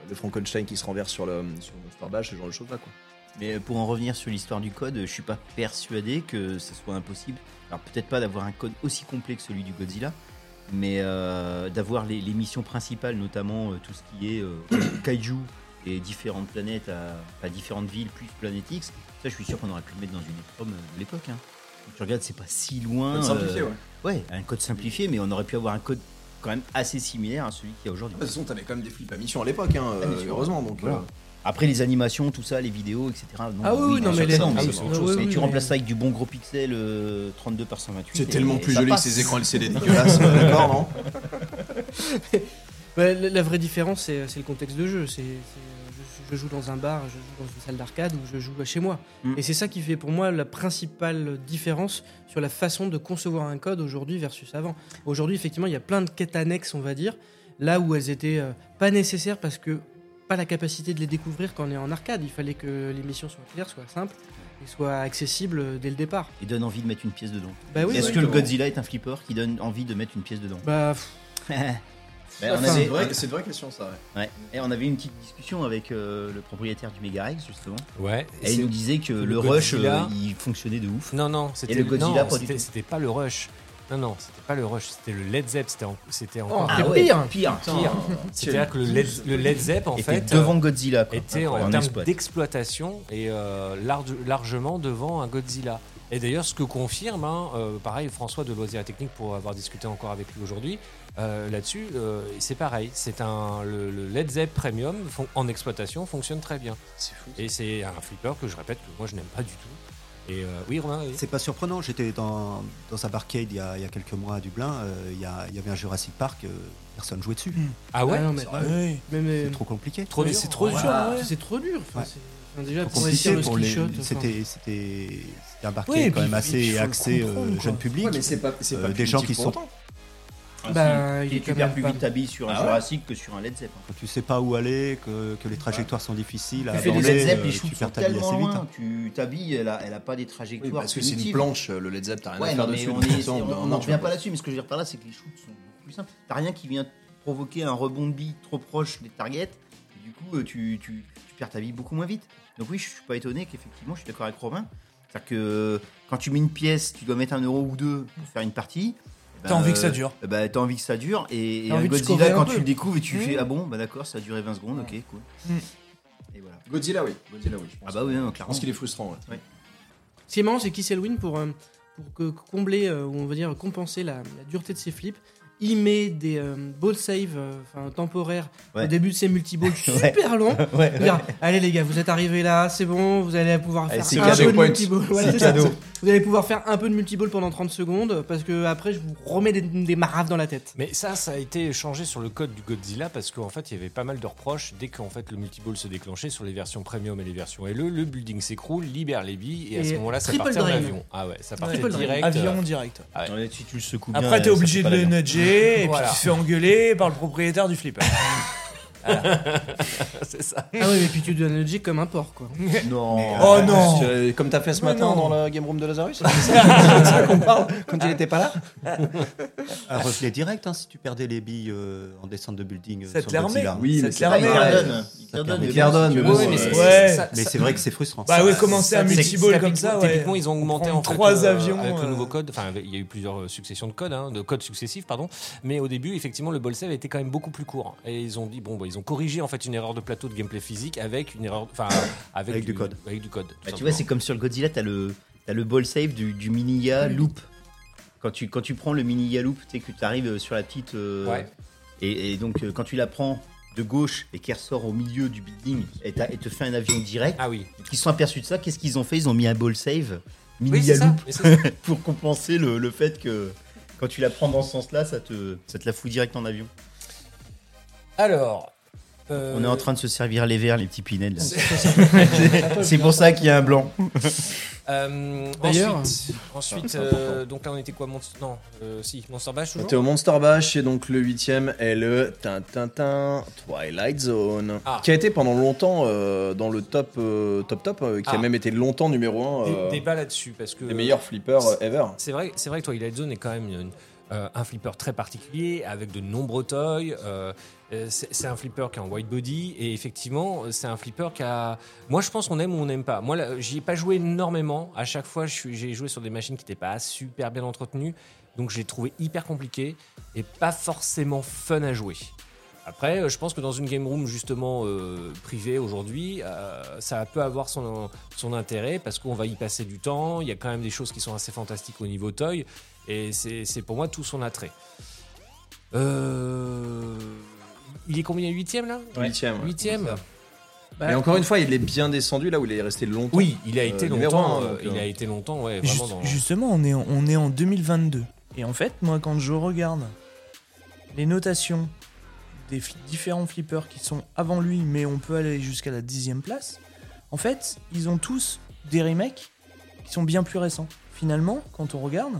Speaker 6: le Frankenstein qui se renverse sur le, sur le Monster Bash, ce genre de choses là quoi.
Speaker 5: Mais euh, pour en revenir sur l'histoire du code, euh, je suis pas persuadé que ce soit impossible. Alors peut-être pas d'avoir un code aussi complet que celui du Godzilla, mais euh, d'avoir les, les missions principales, notamment euh, tout ce qui est euh, kaiju et différentes planètes à, à différentes villes, plus Planète X. Ça, je suis sûr qu'on aurait pu le mettre dans une épreuve euh, de l'époque. Hein. Quand tu regardes, c'est pas si
Speaker 6: Ah,
Speaker 5: loin. euh,
Speaker 6: ouais.
Speaker 5: Ouais, un code simplifié, mais on aurait pu avoir un code quand même assez similaire à celui qu'il y a aujourd'hui.
Speaker 6: De toute façon, t'avais quand même des flips à mission à l'époque, hein,
Speaker 5: Ah, bien
Speaker 6: euh,
Speaker 5: sûr.
Speaker 6: heureusement. Donc,
Speaker 5: Voilà.
Speaker 6: euh,
Speaker 5: Après les animations, tout ça, les vidéos, etc. non,
Speaker 4: Ah oui, oui, non,
Speaker 5: bien
Speaker 4: mais
Speaker 5: sûr
Speaker 4: les-
Speaker 5: que non,
Speaker 4: ah
Speaker 5: c'est
Speaker 4: oui, c'est
Speaker 5: autre
Speaker 4: autre
Speaker 5: chose. hein,
Speaker 4: chose.
Speaker 5: Mais tu
Speaker 4: Oui,
Speaker 5: remplaces
Speaker 4: mais-
Speaker 5: ça avec du bon gros pixel euh, 32 par 128.
Speaker 6: c'est
Speaker 5: et-
Speaker 6: tellement
Speaker 5: et
Speaker 6: plus
Speaker 5: ça
Speaker 6: joli que
Speaker 5: passe.
Speaker 6: ces écrans LCD dégueulasses, euh, d'accord, non
Speaker 4: Ouais, la, la vraie différence, c'est c'est le contexte de jeu. C'est c'est, euh, je, je joue dans un bar, je joue dans une salle d'arcade ou je joue chez moi.
Speaker 5: Mm.
Speaker 4: Et c'est ça qui fait pour moi la principale différence sur la façon de concevoir un code aujourd'hui versus avant. Aujourd'hui, effectivement, il y a plein de quêtes annexes, on va dire, là où elles étaient euh, pas nécessaires parce que pas la capacité de les découvrir quand on est en arcade. Il fallait que les missions soient claires, soient simples et soient accessibles euh, dès le départ.
Speaker 5: Et donne envie de mettre une pièce dedans.
Speaker 4: Bah oui.
Speaker 5: Est-ce
Speaker 4: oui.
Speaker 5: que le Godzilla est un flipper qui donne envie de mettre une pièce dedans
Speaker 4: Bah, pff,
Speaker 5: Ben, on,
Speaker 4: Enfin,
Speaker 5: avait,
Speaker 6: C'est vrai- c'est une vraie question, ça, ouais.
Speaker 5: ouais. Et on avait une petite discussion avec euh, le propriétaire du Megarex justement.
Speaker 3: Ouais.
Speaker 5: Et il nous disait que le,
Speaker 3: le
Speaker 5: rush,
Speaker 3: Godzilla-
Speaker 5: euh, il fonctionnait de ouf.
Speaker 3: Non, non, c'était
Speaker 5: le Godzilla,
Speaker 3: non,
Speaker 5: pas du
Speaker 3: c'était-
Speaker 5: tout.
Speaker 3: C'était pas le Rush. Non, non, c'était pas le Rush, c'était le Led Zepp. C'était en- c'était
Speaker 4: oh,
Speaker 3: encore.
Speaker 5: Ah
Speaker 4: c'est
Speaker 5: ouais.
Speaker 4: pire.
Speaker 5: Pire,
Speaker 3: pire. C'est-à-dire que le Led, le Led Zepp, en
Speaker 5: était
Speaker 3: fait, euh,
Speaker 5: devant Godzilla. Quoi,
Speaker 3: était
Speaker 5: Encore
Speaker 3: en
Speaker 5: un
Speaker 3: termes
Speaker 5: exploit.
Speaker 3: d'exploitation et euh, large- largement devant un Godzilla. Et d'ailleurs, ce que confirme, hein, euh, pareil, François de Loisirs et Technique, pour avoir discuté encore avec lui aujourd'hui, euh, là-dessus, euh, c'est pareil. C'est un le, le Led Zepp Premium fon- en exploitation fonctionne très bien.
Speaker 6: C'est fou.
Speaker 3: Et c'est un flipper que je répète que moi je n'aime pas du tout. Et euh, oui, Romain, oui.
Speaker 11: C'est pas surprenant, j'étais dans, dans un barcade il y, a, il y a quelques mois à Dublin, euh, il y, a- il y avait un Jurassic Park, euh, personne jouait dessus.
Speaker 3: ah ouais,
Speaker 4: Ah non, mais- euh,
Speaker 7: Ouais.
Speaker 4: mais- mais-
Speaker 11: C'est trop compliqué.
Speaker 3: trop
Speaker 4: Mais
Speaker 3: dur.
Speaker 4: c'est trop
Speaker 3: Ouais.
Speaker 4: dur,
Speaker 7: Ouais.
Speaker 4: ouais, c'est trop dur. Enfin,
Speaker 11: Ouais.
Speaker 4: c'est- enfin, déjà,
Speaker 11: Trop
Speaker 4: pour réussir le
Speaker 11: pour les-
Speaker 4: screenshot. enfin.
Speaker 11: C'était c'était- c'était un barcade
Speaker 7: Oui, et
Speaker 11: quand
Speaker 7: puis-
Speaker 11: même
Speaker 7: et puis
Speaker 11: assez
Speaker 7: faut le
Speaker 11: axé euh,
Speaker 7: comprendre, quoi.
Speaker 11: jeune public.
Speaker 6: Ouais, mais c'est pas, c'est pas
Speaker 11: Euh, des gens
Speaker 6: punitif
Speaker 11: qui
Speaker 6: pour
Speaker 11: sont-
Speaker 6: autant.
Speaker 4: Bah,
Speaker 5: si.
Speaker 4: il est
Speaker 5: Et tu
Speaker 4: quand
Speaker 5: perds
Speaker 4: même
Speaker 5: plus
Speaker 4: pas-
Speaker 5: vite ta bille sur un
Speaker 4: Ah ouais
Speaker 5: Jurassic que sur un Led Zeppelin.
Speaker 11: Quand tu sais pas où aller, que, que les trajectoires sont difficiles, à
Speaker 5: Tu fais des
Speaker 11: aborder,
Speaker 5: Led Zepp,
Speaker 11: euh,
Speaker 5: les
Speaker 11: tu
Speaker 5: shoots sont
Speaker 11: perds ta vie
Speaker 5: tellement
Speaker 11: assez vite,
Speaker 5: loin.
Speaker 11: hein.
Speaker 5: Tu, ta bille, elle a, elle a pas des trajectoires.
Speaker 6: Oui, parce que c'est une
Speaker 5: punitives.
Speaker 6: planche, euh, le Led Zepp, t'as rien à
Speaker 5: Ouais,
Speaker 6: faire
Speaker 5: non, mais
Speaker 6: dessus,
Speaker 5: On
Speaker 6: de toute façon, au bout d'un
Speaker 5: est- on
Speaker 6: moment,
Speaker 5: n'en
Speaker 6: tu
Speaker 5: revient
Speaker 6: vas
Speaker 5: pas
Speaker 6: pas-
Speaker 5: là-dessus, mais ce que je veux dire par là, c'est que les shoots sont beaucoup plus simples. T'as rien qui vient provoquer un rebond de bille trop proche des targets. et Du coup, euh, tu, tu- tu perds ta vie beaucoup moins vite. Donc oui, je suis pas étonné qu'effectivement, je suis d'accord avec Robin. C'est-à-dire que euh, quand tu mets une pièce, tu dois mettre un euro ou deux pour faire une partie.
Speaker 7: T'as envie que ça dure.
Speaker 5: eh ben, t'as envie que ça dure. Et, et
Speaker 7: T'as
Speaker 5: un
Speaker 7: envie de
Speaker 5: Godzilla,
Speaker 7: scorer un
Speaker 5: quand
Speaker 7: peu.
Speaker 5: tu le découvres, et tu
Speaker 7: Mm.
Speaker 5: fais Ah bon, bah d'accord, ça a duré 20 secondes, ok, cool.
Speaker 7: Mm.
Speaker 5: Et voilà.
Speaker 6: Godzilla, oui. Godzilla, oui.
Speaker 5: Ah bah oui, non, clairement.
Speaker 6: Je pense qu'il est frustrant,
Speaker 11: Oh.
Speaker 6: ouais.
Speaker 4: Ce qui est marrant, c'est qu'Issel Wynn, pour, euh, pour que- combler, euh, ou on va dire compenser la, la dureté de ses flips, il met des euh, ball save euh, enfin, temporaires
Speaker 5: Ouais.
Speaker 4: au début de ses multiballs super longs.
Speaker 5: ouais.
Speaker 4: Il regarde, Allez les gars, vous êtes arrivés là, c'est bon, vous allez pouvoir
Speaker 6: Allez,
Speaker 4: faire
Speaker 6: c'est
Speaker 4: un
Speaker 6: cadeau.
Speaker 4: peu de
Speaker 6: Points.
Speaker 4: multiball. Voilà,
Speaker 6: C'est
Speaker 4: c'est ça.
Speaker 6: cadeau.
Speaker 4: Vous allez pouvoir faire un peu de multiball pendant 30 secondes parce que après je vous remets des, des maraves dans la tête.
Speaker 3: Mais ça, ça a été changé sur le code du Godzilla parce qu'en fait, il y avait pas mal de reproches dès qu'en fait le multiball se déclenchait sur les versions premium et les versions E, LE, le building s'écroule, libère les billes et, à
Speaker 4: Et
Speaker 3: ce moment-là, ça
Speaker 4: triple
Speaker 3: partait en
Speaker 4: drain.
Speaker 3: avion. Ah ouais, ça partait
Speaker 4: Triple drain.
Speaker 3: direct.
Speaker 7: Aviron direct.
Speaker 3: Ah ouais.
Speaker 5: Si tu le secoues bien,
Speaker 7: hein. Après, t'es
Speaker 5: euh,
Speaker 7: obligé de
Speaker 5: ça fait
Speaker 7: le
Speaker 5: pas la
Speaker 7: nudger, et
Speaker 3: Voilà.
Speaker 7: puis tu te fais engueuler par le propriétaire du flipper.
Speaker 3: C'est ça.
Speaker 4: Ah oui, mais puis tu donnes le G comme un porc quoi.
Speaker 5: peine. Non.
Speaker 7: Oh non
Speaker 6: Euh, Comme t'as fait ce
Speaker 7: Mais
Speaker 6: matin
Speaker 7: non.
Speaker 6: dans la game room de Lazarus, c'est ça qu'on parle quand il n'était pas là.
Speaker 11: Un reflet direct, hein, si tu perdais les billes euh, en descente de building. euh,
Speaker 7: Ça te
Speaker 11: sur
Speaker 7: les remet.
Speaker 11: Godzilla, hein.
Speaker 6: Oui, mais
Speaker 7: te
Speaker 6: c'est
Speaker 5: Ah,
Speaker 7: la
Speaker 6: pas
Speaker 5: il
Speaker 7: remet.
Speaker 6: grave.
Speaker 5: pardonne. Il pardonne.
Speaker 6: Mais Gerdon, mais
Speaker 3: Oui,
Speaker 6: bon,
Speaker 3: oui, mais
Speaker 6: euh,
Speaker 3: c'est-
Speaker 7: ouais.
Speaker 3: c'est- ça-
Speaker 11: Mais
Speaker 3: ça-
Speaker 11: c'est vrai que c'est frustrant.
Speaker 7: Bah oui, commencer un
Speaker 3: C'est-
Speaker 7: multiball
Speaker 3: c'est-
Speaker 7: comme ça, ouais.
Speaker 3: Typiquement, ils ont augmenté
Speaker 7: prend
Speaker 3: en fait,
Speaker 7: trois
Speaker 3: euh,
Speaker 7: avions,
Speaker 3: avec le
Speaker 7: euh.
Speaker 3: nouveau code. Enfin, il y a eu plusieurs euh, successions de codes, hein, de codes successifs, pardon. Mais au début, effectivement, le ball save était quand même beaucoup plus court. Et ils ont dit bon, bah, ils ont corrigé en fait une erreur de plateau de gameplay physique avec une erreur, enfin, avec,
Speaker 11: Avec du code.
Speaker 3: avec du code. tout
Speaker 5: Bah, tu
Speaker 3: simplement.
Speaker 5: vois, c'est comme sur le Godzilla, t'as le, t'as le ball save du, du mini-ya loop. Quand tu, quand tu prends le mini-ya loop, tu sais que tu arrives sur la petite. euh,
Speaker 3: Ouais.
Speaker 5: et, et donc, euh, quand tu la prends de gauche et qu'elle ressort au milieu du building et, t'as- et te fait un avion direct,
Speaker 3: Ah oui.
Speaker 5: ils se sont aperçus de ça. Qu'est-ce qu'ils ont fait Ils ont mis un ball save
Speaker 3: Oui, c'est
Speaker 5: mini-ya
Speaker 3: ça.
Speaker 5: loop
Speaker 3: mais c'est ça.
Speaker 5: pour compenser le, le fait que quand tu la prends dans ce sens-là, ça te, ça te la fout direct en avion.
Speaker 3: Alors. euh,
Speaker 5: On est en train de se servir les verres, les petits pinèdes. là. C'est- C'est pour ça qu'il y a un blanc.
Speaker 3: euh,
Speaker 4: D'ailleurs-
Speaker 3: ensuite, ensuite,
Speaker 6: c'est
Speaker 3: euh,
Speaker 6: important.
Speaker 3: donc là on était quoi Monster Non, euh, si Monster Bash
Speaker 6: On était
Speaker 3: toujours.
Speaker 6: au Monster Bash et donc le huitième est le Tintintin Twilight Zone,
Speaker 3: Ah.
Speaker 6: qui a été pendant longtemps euh, dans le top euh, top top, euh, qui
Speaker 3: Ah.
Speaker 6: a même été longtemps numéro un
Speaker 3: Dé-
Speaker 6: euh,
Speaker 3: Débat là-dessus parce que
Speaker 6: des meilleurs flippers euh, ever.
Speaker 3: C'est vrai, c'est vrai que Twilight Zone est quand même une- euh, un flipper très particulier avec de nombreux toys. euh, euh, c'est c'est un flipper qui est en white body et effectivement, euh, c'est un flipper qui a. Moi, je pense qu'on aime ou on n'aime pas. Moi, là, j'y ai pas joué énormément. À chaque fois, je suis- j'ai joué sur des machines qui n'étaient pas super bien entretenues, donc je l'ai trouvé hyper compliqué et pas forcément fun à jouer. Après, euh, je pense que dans une game room justement euh, privée aujourd'hui, euh, ça peut avoir son, son intérêt parce qu'on va y passer du temps. Il y a quand même des choses qui sont assez fantastiques au niveau toy et c'est c'est pour moi tout son attrait. Euh, Il est combien huitième là
Speaker 6: Huitième. ouais.
Speaker 3: Huitième.
Speaker 6: Mais encore une fois, il est bien descendu là où il est resté longtemps.
Speaker 3: Oui, il a été
Speaker 6: Euh, numéro
Speaker 3: longtemps.
Speaker 6: un,
Speaker 3: euh,
Speaker 6: donc,
Speaker 3: il
Speaker 6: euh.
Speaker 3: a été longtemps, ouais,
Speaker 7: Juste-
Speaker 3: vraiment. Dans...
Speaker 7: Justement, on est, en- on est en 2022. Et en fait, moi, quand je regarde les notations des fli- différents flippers qui sont avant lui, mais on peut aller jusqu'à la dixième place, en fait, ils ont tous des remakes qui sont bien plus récents. Finalement, quand on regarde,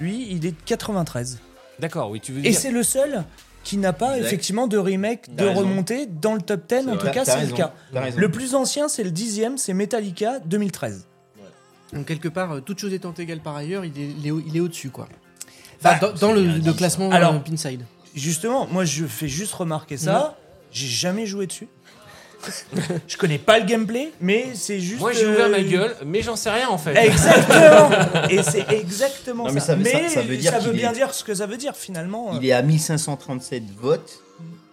Speaker 7: lui, il est de 93.
Speaker 3: D'accord, oui, tu veux
Speaker 7: Et
Speaker 3: dire.
Speaker 7: c'est le seul qui n'a pas
Speaker 5: Exact.
Speaker 7: effectivement de remake,
Speaker 5: T'as
Speaker 7: de
Speaker 5: raison.
Speaker 7: remontée dans le top 10. En
Speaker 5: vrai.
Speaker 7: tout
Speaker 5: T'as
Speaker 7: cas, c'est le
Speaker 5: raison.
Speaker 7: cas.
Speaker 5: T'as raison.
Speaker 7: Le plus ancien, c'est le dixième, c'est Metallica 2013.
Speaker 4: Donc quelque part, euh, toute chose étant égale par ailleurs, il est, il est au- il est au-dessus quoi.
Speaker 6: Bah,
Speaker 4: Enfin, dans, dans le, le classement
Speaker 7: Alors-
Speaker 4: euh, Pinside.
Speaker 7: Justement, moi je fais juste remarquer ça. J'ai jamais joué dessus. je connais pas le gameplay, mais c'est juste. Eh,
Speaker 3: Moi j'ai ouvert
Speaker 7: euh,
Speaker 3: ma gueule, mais j'en sais rien en fait.
Speaker 7: Exactement. Et c'est exactement
Speaker 5: Non,
Speaker 7: ça.
Speaker 5: mais ça- ça- ça veut dire qu'il
Speaker 7: bien
Speaker 5: est-
Speaker 7: dire ce que ça veut dire finalement. euh,
Speaker 5: Il est à 1537 votes,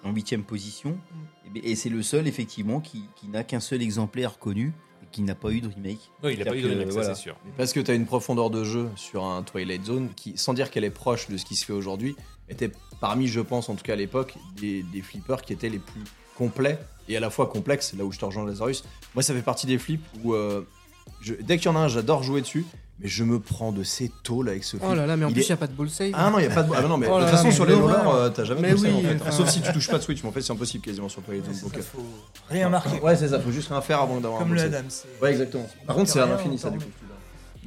Speaker 5: en huitième position. Et ben- Et c'est le seul, effectivement, qui, qui n'a qu'un seul exemplaire connu et qui n'a pas eu de remake.
Speaker 3: Non, il a pas eu de
Speaker 5: C'est-à-dire
Speaker 3: remake,
Speaker 5: que,
Speaker 3: ça
Speaker 5: voilà.
Speaker 3: c'est sûr.
Speaker 6: Parce que t'as une profondeur de jeu sur un Twilight Zone qui, sans dire qu'elle est proche de ce qui se fait aujourd'hui, était parmi, je pense, en tout cas à l'époque, des, des flippers qui étaient les plus complets et à la fois complexes, là où je te rejoins Lazarus. Moi, ça fait partie des flips où, euh, je- dès qu'il y en a un, j'adore jouer dessus, mais je me prends de ces tôles avec ce flip.
Speaker 4: Oh là là, mais en
Speaker 6: Il
Speaker 4: plus
Speaker 6: est-
Speaker 4: il n'y a pas de ball save.
Speaker 6: Ah non, il a pas de. Ah bah non, mais
Speaker 4: Oh
Speaker 6: de
Speaker 4: là
Speaker 6: toute
Speaker 4: là,
Speaker 6: façon,
Speaker 4: mais
Speaker 6: sur les
Speaker 4: l'horreur.
Speaker 6: rollers, euh, t'as jamais
Speaker 4: Mais
Speaker 6: de ball
Speaker 4: oui,
Speaker 6: save, en fait.
Speaker 4: enfin-
Speaker 6: Sauf si tu touches pas de Switch, mais en fait, c'est impossible quasiment sur Twilight Zone. donc, euh,
Speaker 7: faut rien marquer.
Speaker 6: Ouais, c'est ça, faut juste rien faire avant d'avoir un
Speaker 7: Comme
Speaker 6: ball
Speaker 7: le
Speaker 6: save.
Speaker 7: Adam. c'est-
Speaker 6: Ouais, exactement. Par contre, c'est à l'infini, ça, du coup.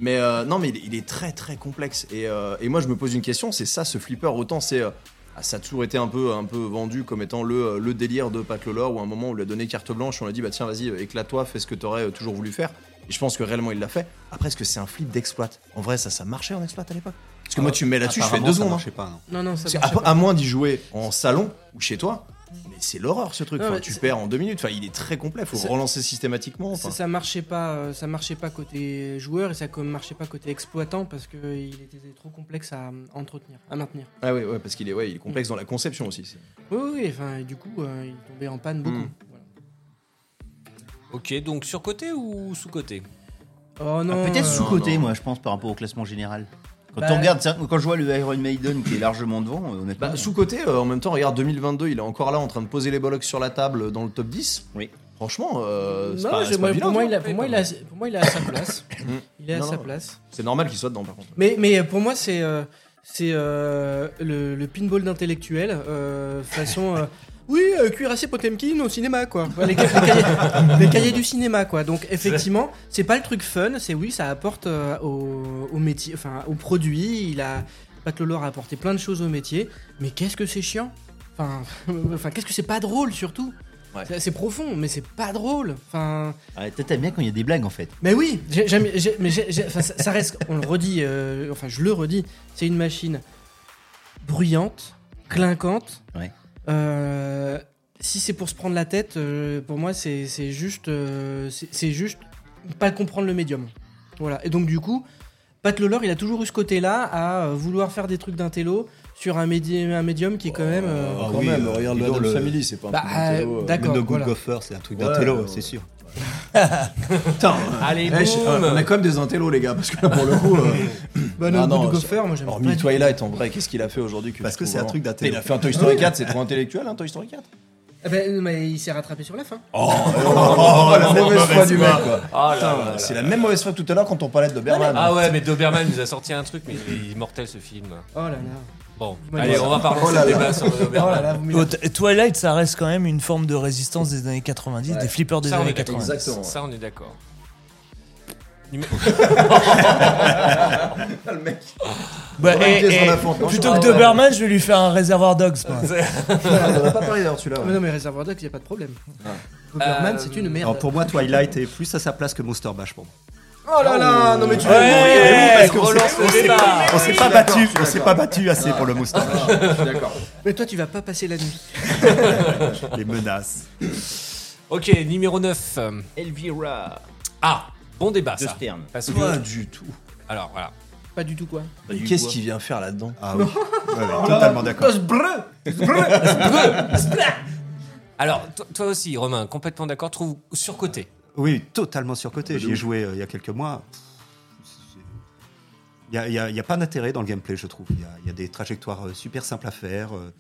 Speaker 6: Mais euh, non, mais il est, il est très très complexe. Et, euh, et moi, je me pose une question c'est ça, ce flipper, autant c'est. euh, ah, ça a toujours été un peu, un peu vendu comme étant le, euh, le délire de Pat Lelore, où à un moment on lui a donné carte blanche, on lui a dit bah tiens, vas-y, euh, éclate-toi, fais ce que t'aurais euh, toujours voulu faire. Et je pense que réellement il l'a fait. Après, est-ce que c'est un flip d'exploit En vrai, ça, ça marchait en exploit à l'époque Parce que moi, tu me mets là-dessus, je fais
Speaker 11: Apparemment,
Speaker 6: deux
Speaker 11: ça
Speaker 6: secondes. hein.
Speaker 11: marchait pas, non.
Speaker 4: Non, non, ça
Speaker 6: C'est- ah,
Speaker 4: marchait
Speaker 6: à,
Speaker 4: pas.
Speaker 6: à moins d'y jouer en salon ou chez toi, mais c'est l'horreur ce truc.
Speaker 4: Non,
Speaker 6: Enfin,
Speaker 4: mais
Speaker 6: tu
Speaker 4: c'est-
Speaker 6: perds en deux minutes. Enfin, il est très complet. Faut
Speaker 4: C'est-
Speaker 6: relancer systématiquement.
Speaker 4: Ça,
Speaker 6: Enfin,
Speaker 4: ça marchait pas, euh, ça marchait pas côté joueur et ça comme marchait pas côté exploitant parce que euh, il était trop complexe à euh, entretenir, à maintenir.
Speaker 6: Ah oui, ouais, parce qu'il est, ouais, il est complexe dans la conception aussi. c'est-
Speaker 4: Oui, oui, oui, enfin, et du coup, euh, il tombait en panne beaucoup.
Speaker 6: Mm.
Speaker 3: Ok, donc sur-côté ou sous-côté
Speaker 4: Oh non.
Speaker 5: Ah, Peut-être
Speaker 4: euh,
Speaker 5: sous-côté, moi, je pense, par rapport au classement général. Quand
Speaker 4: Bah-
Speaker 5: on regarde ça, quand je vois le Iron Maiden qui est largement devant, euh, honnêtement.
Speaker 6: Bah, sous-côté, euh, en même temps, regarde 2022, il est encore là en train de poser les bollocks sur la table euh, dans le top 10.
Speaker 5: Oui.
Speaker 6: Franchement, euh, c'est
Speaker 4: non,
Speaker 6: pas,
Speaker 4: j'ai-
Speaker 6: c'est
Speaker 4: moi, pour
Speaker 6: pas vilain.
Speaker 4: moi,
Speaker 6: tu
Speaker 4: il a,
Speaker 6: vois.
Speaker 4: pour moi, il a, pour moi, il a sa place. Il est à
Speaker 6: Non,
Speaker 4: sa
Speaker 6: non.
Speaker 4: place.
Speaker 6: C'est normal qu'il soit dedans, par contre.
Speaker 4: Mais, mais pour moi, c'est euh, c'est euh, le, le pinball d'intellectuel, euh, façon. euh, oui, euh, cuirassé Potemkin au cinéma, quoi. Ouais, les, ca- les cahiers, les cahiers du cinéma, quoi. Donc, effectivement, c'est pas le truc fun, c'est oui, ça apporte euh, au, au métier, enfin, au produit. Il a. Pat Lolor a apporté plein de choses au métier, mais qu'est-ce que c'est chiant Enfin, enfin qu'est-ce que c'est pas drôle, surtout
Speaker 6: Ouais.
Speaker 4: C'est- C'est profond, mais c'est pas drôle. Enfin.
Speaker 5: Ouais, ah, toi, t'aimes bien quand il y a des blagues, en fait.
Speaker 4: Mais oui, j'ai- j'aime- j'ai- mais j'ai- j'ai- enfin, ça, ça reste, on le redit, euh, enfin je le redis, c'est une machine bruyante, clinquante.
Speaker 5: Ouais.
Speaker 4: Euh, si c'est pour se prendre la tête, euh, pour moi c'est c'est juste, euh, c'est c'est juste pas comprendre le médium. Voilà. Et donc du coup, Pat Lolor, il a toujours eu ce côté-là à euh, vouloir faire des trucs d'intello sur un, médi- un médium qui est quand même. euh,
Speaker 6: Oh,
Speaker 11: Ah oui, euh, Idol, euh,
Speaker 6: c'est pas
Speaker 4: bah, euh,
Speaker 11: Le No
Speaker 4: d'accord.
Speaker 11: Good
Speaker 4: voilà.
Speaker 11: Gopher, c'est un truc
Speaker 6: Ouais,
Speaker 11: d'intello,
Speaker 6: ouais.
Speaker 11: c'est sûr.
Speaker 6: Putain,
Speaker 3: Allez,
Speaker 6: eh, je-
Speaker 3: boum.
Speaker 6: on a quand même des intellos, les gars, parce que là, pour le coup. euh,
Speaker 4: Bah, no
Speaker 6: Ah non,
Speaker 4: good
Speaker 6: euh,
Speaker 4: gopher, moi j'aime pas
Speaker 6: Hormis
Speaker 4: du
Speaker 6: Twilight, en vrai, qu'est-ce qu'il a fait aujourd'hui
Speaker 11: Parce
Speaker 6: je
Speaker 11: que
Speaker 6: trouve
Speaker 11: c'est un
Speaker 6: vraiment-
Speaker 11: truc d'intello.
Speaker 6: Il a fait un Toy Story 4, c'est trop intellectuel, hein, Toy Story 4.
Speaker 4: tout. Ah bah, mais il s'est rattrapé sur la fin.
Speaker 6: Oh, la mauvaise foi du mec, quoi.
Speaker 3: Ah
Speaker 6: Putain, c'est la même mauvaise foi que tout à l'heure quand on parlait de Berman.
Speaker 3: Ah ouais, mais Doberman nous a sorti un truc, mais il est immortel ce film.
Speaker 4: Oh là là.
Speaker 3: Bon,
Speaker 4: Ouais,
Speaker 3: allez,
Speaker 4: voilà.
Speaker 3: on va pas relancer le débat sur
Speaker 4: Oh là
Speaker 3: Doberman.
Speaker 4: là, vous m'y
Speaker 7: Oh, t- Twilight, ça reste quand même une forme de résistance des années 90, des flippers des
Speaker 3: Ça, on est
Speaker 7: années
Speaker 3: d'accord. hein.
Speaker 7: 90.
Speaker 6: Exactement.
Speaker 3: Ça, on est d'accord. Numé-
Speaker 6: Le mec,
Speaker 7: Bah,
Speaker 6: Bonne
Speaker 7: eh,
Speaker 6: pièce
Speaker 7: eh,
Speaker 6: dans la fente, non,
Speaker 7: plutôt
Speaker 6: je
Speaker 7: que
Speaker 6: parle.
Speaker 7: Doberman, je vais lui faire un réservoir dogs. moi.
Speaker 6: on en a pas parlé d'ailleurs, celui-là.
Speaker 4: Ah, Mais non, mais Réservoir Dogs, il n'y a pas de problème.
Speaker 3: Euh,
Speaker 4: Doberman, c'est une merde.
Speaker 11: Alors pour moi, Twilight est plus à sa place que Monster Bash pour moi.
Speaker 4: Oh là là, non mais tu
Speaker 11: Eh
Speaker 7: Ouais,
Speaker 3: Eh, relance le débat.
Speaker 11: On s'est pas battu, on s'est pas battu assez pour le Monster Bash.
Speaker 6: Je suis d'accord.
Speaker 4: Mais toi, tu vas pas passer la nuit.
Speaker 3: Ah.
Speaker 11: Les menaces.
Speaker 3: Ok, numéro 9.
Speaker 5: Elvira
Speaker 3: Ah, bon débat
Speaker 5: de
Speaker 3: ça.
Speaker 5: Stern.
Speaker 3: Parce que-
Speaker 6: Pas du tout.
Speaker 3: alors voilà.
Speaker 4: Pas du tout quoi.
Speaker 6: Qu'est-ce qu'il vient faire là-dedans
Speaker 11: Ah oui. Ouais, ouais, totalement d'accord.
Speaker 3: Alors to- toi aussi, Romain, complètement d'accord, trouve surcoté.
Speaker 11: Oui, totalement surcoté. J'y
Speaker 6: ouf.
Speaker 11: ai joué euh, il y a quelques mois. Il n'y a, y a pas d'intérêt dans le gameplay, je trouve. Il y a- il y, a des trajectoires euh, super simples à faire. euh,